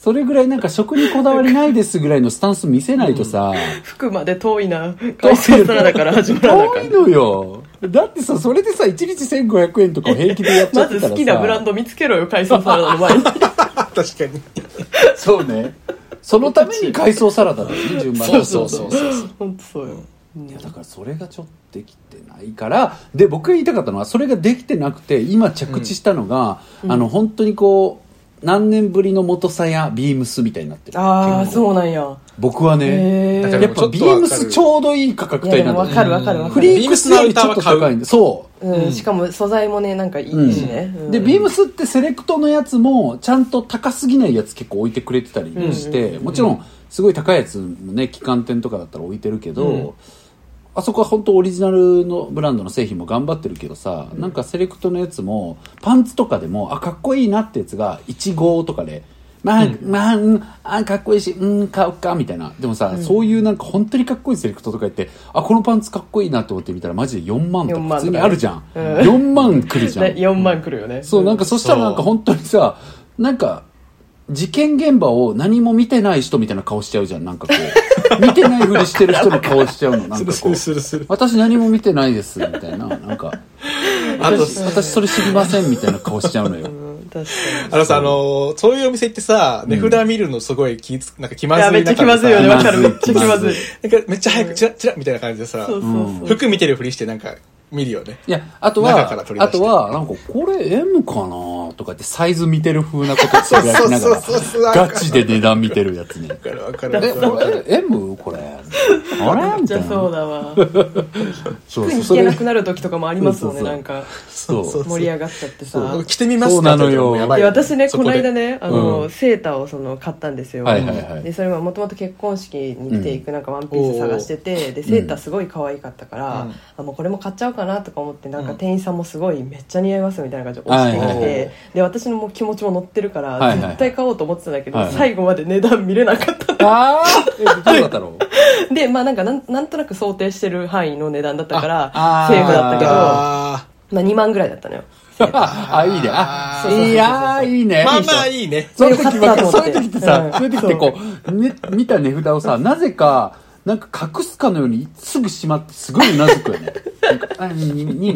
Speaker 2: それぐらいなんか食にこだわりないですぐらいのスタンス見せないとさ、
Speaker 3: 服まで遠いな海鮮サラダから始まらなか
Speaker 2: 遠
Speaker 3: っ
Speaker 2: い
Speaker 3: た
Speaker 2: のよ。だってさ、それでさ、1日1500円とかを平気でやっちゃ
Speaker 3: ま
Speaker 2: ってたら
Speaker 3: ず
Speaker 2: さ。
Speaker 3: 好きなブランド見つけろよ海鮮サラダの前に
Speaker 1: 確かに
Speaker 2: そうね。そのために海藻サラダだよね、順番
Speaker 1: そうそうそうそう
Speaker 3: 本当そうよ
Speaker 2: いやだからそれがちょっとできてないからで僕が言いたかったのはそれができてなくて今着地したのが、あの本当にこ何年ぶりの元さやビームスみたいになってる
Speaker 3: ああそうなんや
Speaker 2: 僕はね
Speaker 3: へ
Speaker 1: だか
Speaker 2: や
Speaker 1: ら
Speaker 2: っ
Speaker 1: ちょ
Speaker 2: ぱ
Speaker 1: っ
Speaker 2: ビ
Speaker 1: とわ
Speaker 2: ー
Speaker 1: かる
Speaker 2: ムスちょうどいい価格
Speaker 3: いや
Speaker 2: 帯
Speaker 3: で
Speaker 2: なん
Speaker 3: も
Speaker 2: だよ
Speaker 3: 分
Speaker 2: ね
Speaker 3: かる分かる分
Speaker 2: フ
Speaker 3: か
Speaker 2: リ
Speaker 3: る、
Speaker 2: ークスよりちょっと高いんでそう
Speaker 3: う
Speaker 1: うん
Speaker 3: ん、しかも素材もねなんかいいしね、うん
Speaker 2: で、ビームスってセレクトのやつもちゃんと高すぎないやつ結構置いてくれてたりして、もちろんすごい高いやつもね旗艦店とかだったら置いてるけど、
Speaker 1: うん
Speaker 2: あそこは本当オリジナルのブランドの製品も頑張ってるけどさ、なんかセレクトのやつもパンツとかでもあかっこいいなってやつが1号とかで。まあ、まあ、うん、あ、かっこいいし、うん、買うか、みたいな。でもさ、そういうなんか本当にかっこいいセレクトとか言って、あ、このパンツかっこいいなって思ってみたら、マジで4万と
Speaker 3: 4
Speaker 2: か
Speaker 3: 万
Speaker 2: 普通にあるじゃん。
Speaker 3: うん
Speaker 2: 4万くるじゃん。
Speaker 3: で4万くるよ ね
Speaker 2: そう、なんかそしたらなんか本当にさ、なんか、事件現場を何も見てない人みたいな顔しちゃうじゃん、なんかこ う。見てないふりしてる人の顔しちゃうの、なんか
Speaker 1: す
Speaker 2: こ
Speaker 1: る
Speaker 2: う。
Speaker 1: するする
Speaker 2: 私何も見てないです、みたいな。なんか、
Speaker 1: あと
Speaker 2: 私私それ知りません、みたいな顔しちゃうのよ。
Speaker 3: うん確かに
Speaker 1: あのさ、あのーそういうお店行ってさ、値札見るのすごい気つ、なんか気ま
Speaker 3: い
Speaker 1: ず
Speaker 3: や
Speaker 1: い
Speaker 3: めっちゃ気まずいよね
Speaker 1: な
Speaker 2: わ
Speaker 1: ん
Speaker 3: 分
Speaker 1: か
Speaker 3: かるめっちゃ気まずい
Speaker 2: 気まずい
Speaker 1: なんかめっちゃ早く、チラッチラッみたいな感じでさ、
Speaker 3: そうそうそう
Speaker 1: 服見てるふりしてなんか見るよね。
Speaker 2: いや、あと
Speaker 1: 中から
Speaker 2: は
Speaker 1: 取、り
Speaker 2: あ
Speaker 1: 出して
Speaker 2: とは、なんか、これ M かなとかってサイズ見てる風なことつぶやきなが
Speaker 1: そうそうそうそう
Speaker 2: ら、ガチで値段見てるやつね。
Speaker 1: わかるわかるわか
Speaker 2: え、
Speaker 1: るわ
Speaker 2: こ
Speaker 1: かる。
Speaker 2: れ M? これ。あれ
Speaker 3: めっ
Speaker 2: み
Speaker 3: ち
Speaker 2: たい
Speaker 3: ゃ
Speaker 2: な。
Speaker 3: そうだわ服
Speaker 2: そう
Speaker 3: に
Speaker 2: そ
Speaker 3: 引
Speaker 2: れ
Speaker 3: けなくなる時とかもありますよ
Speaker 2: そうそ
Speaker 3: ね
Speaker 2: うそう
Speaker 3: なんか
Speaker 2: そう
Speaker 1: そう
Speaker 3: 盛り上がっちゃってさ
Speaker 1: 着てみます
Speaker 2: そうなのよ
Speaker 1: やばい
Speaker 3: で私ね
Speaker 1: そ
Speaker 3: こ
Speaker 1: で
Speaker 3: の間ねあの、
Speaker 2: うん
Speaker 3: セーターをその買ったんですよ、
Speaker 2: はいはいはい
Speaker 3: でそれももともと結婚式に着ていくなんかワンピース探してて、でセーターすごい可愛かったから、
Speaker 1: うん
Speaker 3: あもうこれも買っちゃおうかなとか思ってなん
Speaker 1: う
Speaker 3: か
Speaker 1: ん
Speaker 3: 店員さんもすごいめっちゃ似合いますみたいな感じで押してきて、
Speaker 2: はいはい
Speaker 1: はい
Speaker 3: で私のもう気持ちも乗ってるから、
Speaker 2: はいはい
Speaker 3: 絶対買おうと思ってたんだけど、
Speaker 2: はいはい
Speaker 3: 最後まで値段見れなかった
Speaker 2: ああえ、どうだったの
Speaker 3: でまあなんかなんなんとなく想定してる範囲の値段だったから
Speaker 2: ああー
Speaker 3: セーフだったけど
Speaker 1: あ
Speaker 3: まあ、2万ぐらいだったのよ
Speaker 2: あ、いいね。あ
Speaker 1: あ、ー
Speaker 2: いやー、いい
Speaker 1: ー
Speaker 2: ね。
Speaker 1: まあまあいいね。
Speaker 2: そういう時
Speaker 3: よかったと思
Speaker 2: そう
Speaker 3: っ
Speaker 2: い
Speaker 3: て
Speaker 2: う時ってさ
Speaker 3: う、ん
Speaker 2: そういう時ってこう、ね、見た値札をさ、なぜか、なんか隠すかのようにすぐしまって、すごいうなずくよね。 なんかあ、いいね、いいね、いいねいい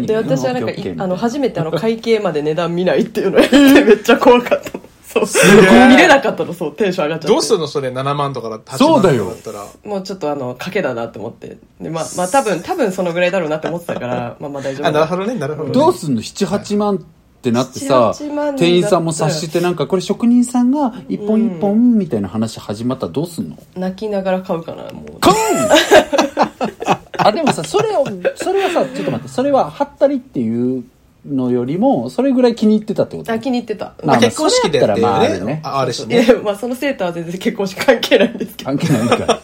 Speaker 2: ね。
Speaker 3: で私はなんか
Speaker 2: オッケーオッケーみ
Speaker 3: い
Speaker 2: た
Speaker 3: あ
Speaker 2: い
Speaker 3: の
Speaker 2: な
Speaker 3: 初めて あの会計まで値段見ないっていうのをやってめっちゃ怖かったのそう
Speaker 1: げえ
Speaker 3: 見れなかったのそうテンション上がっちゃって
Speaker 1: どうするのそれ7万とかだったら。
Speaker 2: そうだ
Speaker 1: 8
Speaker 2: よ
Speaker 1: 万とかだった
Speaker 3: もうちょっとあの賭けだなと思ってでまあまあ多分多分そのぐらいだろうなって思ってた からまあまあ大丈
Speaker 1: ら。あ、なる
Speaker 3: 夫
Speaker 1: ほどね、なるほどね。
Speaker 2: どうすんの ?7、8万ってなってさ
Speaker 3: 7-8万だっ、た
Speaker 2: 店員さんも察してなんか、これ職人さんが一本一本みたいな話始まったらどうすんの
Speaker 3: 泣きながら買うかなもう
Speaker 2: ゴーンあ、でもさ、それを、それはさ、ちょっと待って、それは、はったりっていうのよりも、それぐらい気に入ってたってこと
Speaker 3: あ気に入ってた、
Speaker 2: まあ
Speaker 1: 結婚式でやって
Speaker 2: まあまあそれや
Speaker 1: る
Speaker 2: ったらまあある
Speaker 1: ね
Speaker 2: ね。
Speaker 1: ああれし
Speaker 3: い
Speaker 1: ね。
Speaker 3: やまあそのセーターは全然結婚式関係ないんですけど
Speaker 2: 関係ないから。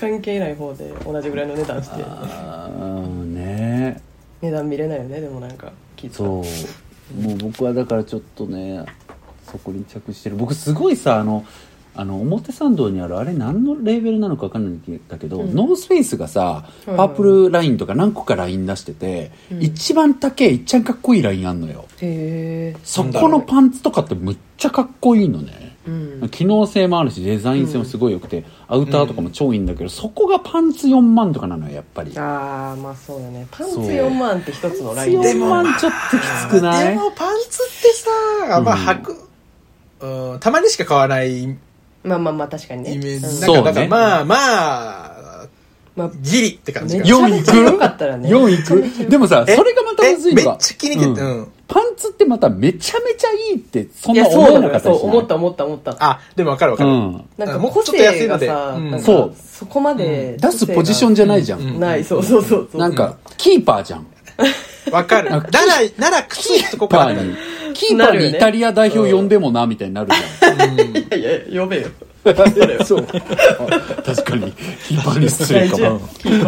Speaker 3: 関係ない方で同じぐらいの値段して
Speaker 2: あーね
Speaker 3: 値段見れないよねでもなんか聞いてた
Speaker 2: そう。もう僕はだからちょっとね、そこに着してる。僕すごいさ、あの、あの表参道にあるあれ何のレーベルなのかわかんないんだけど、ノースフェイスがさ、
Speaker 3: いはい
Speaker 2: パープルラインとか何個かライン出してて、一番高えいっちゃんかっこいいラインあんのよ。
Speaker 3: へえ
Speaker 2: そこのパンツとかってむっちゃかっこいいのね、
Speaker 3: うん
Speaker 2: 機能性もあるしデザイン性もすごい良くて、アウターとかも超いいんだけど、そこがパンツ4万とかなのよやっぱり
Speaker 3: ああまあそうだねパンツ
Speaker 2: そう
Speaker 3: 4万って一つのライ
Speaker 2: パ
Speaker 3: ン
Speaker 2: ンツ4
Speaker 3: でも
Speaker 2: 万ちょっときつくな
Speaker 1: で
Speaker 2: い
Speaker 1: もパンツってさ、まあ履く、うん、たまにしか買わないイメ
Speaker 3: まあまあまあ確かにね
Speaker 1: ージ。
Speaker 3: うん
Speaker 1: なんか、だか
Speaker 2: そ
Speaker 1: ら
Speaker 2: うね
Speaker 1: まあまあ、
Speaker 3: まあ
Speaker 1: ギリって感じか
Speaker 3: ね
Speaker 1: な。
Speaker 2: 4
Speaker 3: め
Speaker 2: い
Speaker 3: ちゃめちゃ良かったら
Speaker 2: く
Speaker 3: ね
Speaker 2: 4いくでもさ
Speaker 1: え
Speaker 2: それがまたむずいの
Speaker 1: え
Speaker 2: が
Speaker 1: めっちゃ気に入ってたうん
Speaker 2: パンツってまためちゃめちゃいいってそん
Speaker 3: い
Speaker 2: な
Speaker 3: や
Speaker 2: 思
Speaker 3: そう
Speaker 2: わ
Speaker 3: な
Speaker 2: な
Speaker 3: の
Speaker 2: かった
Speaker 3: よそ
Speaker 2: りし
Speaker 3: う
Speaker 2: ない
Speaker 3: 思った思った思った
Speaker 1: あ、でもわかるわか
Speaker 2: う
Speaker 1: る。
Speaker 2: ん
Speaker 3: なんか
Speaker 1: もうちょ
Speaker 3: 個
Speaker 1: っと安い
Speaker 3: 性
Speaker 1: の
Speaker 3: が
Speaker 1: で
Speaker 3: さ、
Speaker 1: うん
Speaker 3: なんか
Speaker 2: そう
Speaker 3: そこまで
Speaker 2: 出すポジション
Speaker 3: じ
Speaker 2: じゃないじゃん、
Speaker 1: うん
Speaker 3: ないそうそうそうそう
Speaker 2: なんかキーパーじゃん
Speaker 1: わかる。なら、なら靴ってとこ
Speaker 2: パ
Speaker 1: か
Speaker 2: ー
Speaker 1: ら
Speaker 2: に。キーパーにイタリア代表呼んでもなみたいになるじゃん
Speaker 3: いやいや呼べよ
Speaker 2: そう。確かに、キーパーに失礼か
Speaker 3: 大
Speaker 2: も。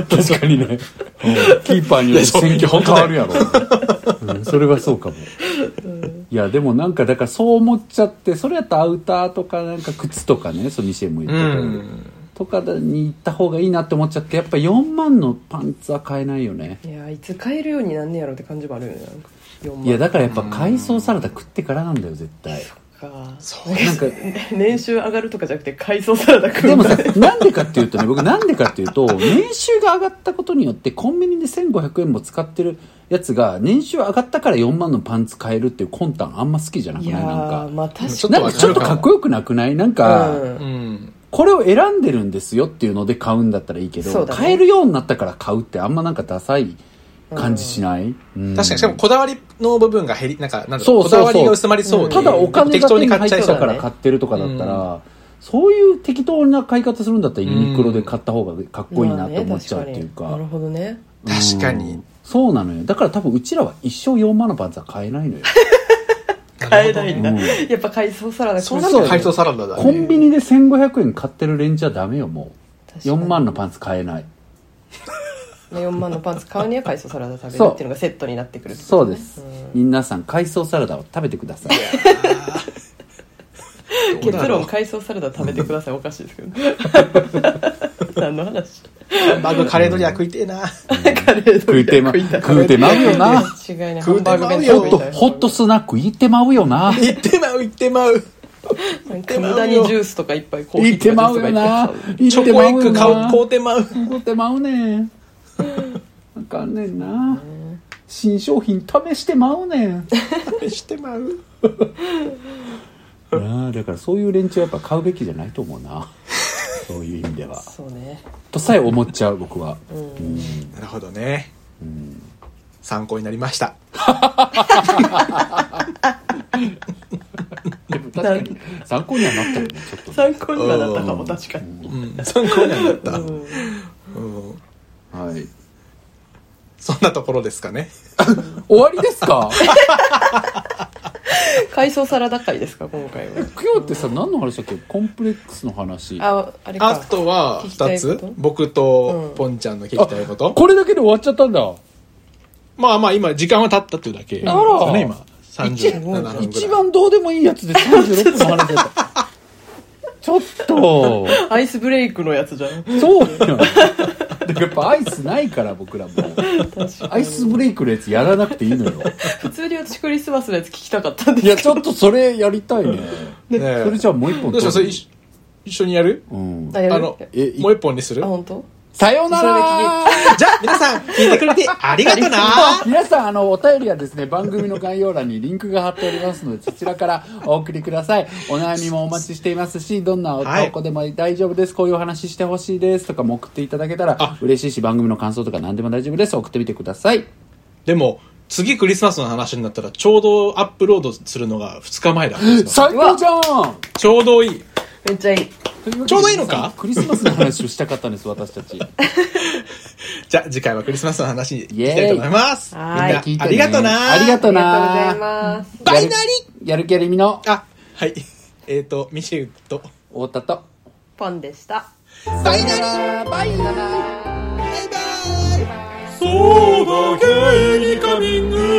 Speaker 2: 確かにね。うんキーパーによって戦況変わるやろ。うんそれはそうかも。いや、でもなんか、だからそう思っちゃって、それやったらアウターとか、なんか靴とかね、そう、西江も言
Speaker 1: う
Speaker 2: ってたように
Speaker 1: ん。
Speaker 2: とかに行った方がいいなって思っちゃって、やっぱ4万のパンツは買えないよね。
Speaker 3: いやいつ買えるようになんねやろって感じもあるよねなんか4万
Speaker 2: いや、だからやっぱ海藻サラダ食ってからなんだよ、絶対。
Speaker 3: か
Speaker 1: そう。
Speaker 2: なん か、
Speaker 3: 年収上がるとかじゃなくて海藻サラダ食
Speaker 2: で
Speaker 3: うん
Speaker 2: も
Speaker 3: だ
Speaker 2: さ、なんでかっていうとね、僕なんでかっていうと、年収が上がったことによって、コンビニで1500円も使ってるやつが、年収上がったから4万のパンツ買えるっていう魂胆あんま好きじゃなく
Speaker 3: い
Speaker 2: ない
Speaker 3: や
Speaker 2: なん
Speaker 3: ー
Speaker 2: か。
Speaker 3: まあ確かに
Speaker 1: ちょっ
Speaker 2: なんかちょっとかっこよくなくないなんか、
Speaker 3: うん
Speaker 1: うん。
Speaker 2: これを選んでるんですよっていうので買うんだったらいいけ
Speaker 3: そ
Speaker 2: ど、
Speaker 3: うだね
Speaker 2: 買えるようになったから買うってあんまなんかダサい感じしない、うん
Speaker 1: 確かに、しかもこだわりの部分が減り、なんか、なんだろ
Speaker 2: そうう
Speaker 1: こ
Speaker 2: そ
Speaker 1: だ
Speaker 2: うそう
Speaker 1: わりが薄まりそうで
Speaker 2: ただお金
Speaker 1: 適
Speaker 2: が
Speaker 1: 当
Speaker 2: 手
Speaker 1: に
Speaker 2: に
Speaker 1: 買っ
Speaker 2: 入っ
Speaker 1: ちゃい
Speaker 2: た
Speaker 1: そう
Speaker 2: か。ら買ってるとかだったら、そういう適当な買い方するんだったらユニクロで買った方がかっこいいなって思っちゃうっていうか,、
Speaker 3: まあね確になるほどね
Speaker 1: 確か
Speaker 2: う
Speaker 1: に
Speaker 2: ん。そうなのよだから多分うちらは一生4万のパンツは買えないのよ
Speaker 3: 買えないんだ、
Speaker 2: うん
Speaker 3: やっぱ海藻サラダ
Speaker 1: そうなると海藻サラダだね。
Speaker 2: コンビニで1500円買ってるレンジはダメよもう4万の
Speaker 3: の
Speaker 2: パンツ買えない
Speaker 3: 4万のパンツ買うには海藻サラダ食べるっていうのがセットになってくるって
Speaker 2: そ
Speaker 3: こ
Speaker 2: う
Speaker 3: と
Speaker 2: で
Speaker 3: ね
Speaker 2: す、
Speaker 3: うん
Speaker 2: 皆さん海藻サラダを食べてください
Speaker 1: どうだ
Speaker 3: 結
Speaker 1: ろう
Speaker 3: 論海藻サラダ食べてくださいおかしいですけど何の話
Speaker 1: ハンバーグカレードリア食いてえな。
Speaker 3: カレーと
Speaker 2: 食うてま食うてまうよな
Speaker 3: 違いない
Speaker 1: 食うてまうよ
Speaker 3: ハンバーグ弁
Speaker 2: ホッ
Speaker 3: 当
Speaker 2: ト
Speaker 3: みたいな
Speaker 2: ホットスナック行ってまうよな
Speaker 1: 行ってまう、行ってまう。
Speaker 3: なんか無駄にジュースとかいっぱいコーヒ
Speaker 2: 行
Speaker 3: ー
Speaker 2: って
Speaker 3: とか
Speaker 2: ま
Speaker 3: ジ
Speaker 2: う
Speaker 3: ュー
Speaker 2: よ
Speaker 3: スとかいっぱい
Speaker 2: な
Speaker 3: 買う
Speaker 1: チ
Speaker 2: 行って
Speaker 1: ョコ
Speaker 2: ま
Speaker 1: エッ
Speaker 2: うよ
Speaker 1: グ
Speaker 2: な
Speaker 1: 買う、買うてまう。
Speaker 2: 買うてまうねんあかんねんな新商品試してまうねん
Speaker 1: してまう。
Speaker 2: なあだからそういう連中はやっぱ買うべきじゃないと思う なそういう意味では
Speaker 3: そうね
Speaker 2: とさえ思っちゃう僕は
Speaker 3: うん
Speaker 1: なるほどね。参考になりました。
Speaker 2: でも確かに参考にはなったよねちょっとね
Speaker 3: 参考にはなったかも確かに
Speaker 1: うん、参考になった。
Speaker 3: うん
Speaker 1: うん
Speaker 2: はい
Speaker 1: そんなところですかね。
Speaker 2: 終わりですか
Speaker 3: 海藻サラダ会ですか今回は
Speaker 2: 今日ってさ何の話だっけコンプレックスの話
Speaker 3: ああれか
Speaker 1: あとは
Speaker 3: 聞きた
Speaker 1: 2
Speaker 3: いこと
Speaker 1: つ僕とポンちゃんの聞きたいこと、
Speaker 2: これだけで終わっちゃったんだ
Speaker 1: まあまあ今時間は経ったっていうだけですよね今37分ぐらい
Speaker 2: 一番どうでもいいやつで36分も話だった ちょっと
Speaker 3: アイスブレイクのやつじゃん
Speaker 2: そうよでもやっぱアイスないから僕らもアイスブレイクのやつやらなくていいのよ
Speaker 3: 普通に私クリスマスのやつ聞きたかったんです
Speaker 2: い
Speaker 3: けど
Speaker 2: やちょっとそれやりたいね
Speaker 1: ねえ
Speaker 2: それじゃあもう一本
Speaker 1: どうしようそれ一緒一緒にやる
Speaker 2: うん
Speaker 3: あやる
Speaker 1: あの
Speaker 2: えい
Speaker 1: もう一本にする
Speaker 3: あ本当
Speaker 2: さようなら
Speaker 1: じゃあ皆さん聞いてくれてありがと な
Speaker 2: 皆さんあのお便りはですね番組の概要欄にリンクが貼っておりますのでそちらからお送りくださいお悩みもお待ちしていますしどんなお
Speaker 1: はい
Speaker 2: 投稿でも大丈夫です、こういうお話してほしいですとかも送っていただけたら嬉しいし番組の感想とか何でも大丈夫です送ってみてください
Speaker 1: でも次クリスマスの話になったらちょうどアップロードするのが2日前だち
Speaker 2: 最高じゃん
Speaker 1: ょうどいい
Speaker 3: めっちゃいい
Speaker 1: ちょうどいいのか
Speaker 2: クリスマスの話をしたかったんです私たち
Speaker 1: じゃあ次回はクリスマスの話に行
Speaker 2: イ
Speaker 1: き
Speaker 2: エーイ
Speaker 1: たいと思いますみん
Speaker 3: はい
Speaker 1: なありがとな
Speaker 2: ありがと
Speaker 3: ありがとうご
Speaker 2: な
Speaker 3: ざいます
Speaker 1: バイナ
Speaker 2: リやる気ありみの
Speaker 1: あはい えっ、ー、とミシェルと
Speaker 2: 太田と
Speaker 3: ポンでした
Speaker 1: バイナリ
Speaker 2: バイナリ
Speaker 1: そうだけにカミング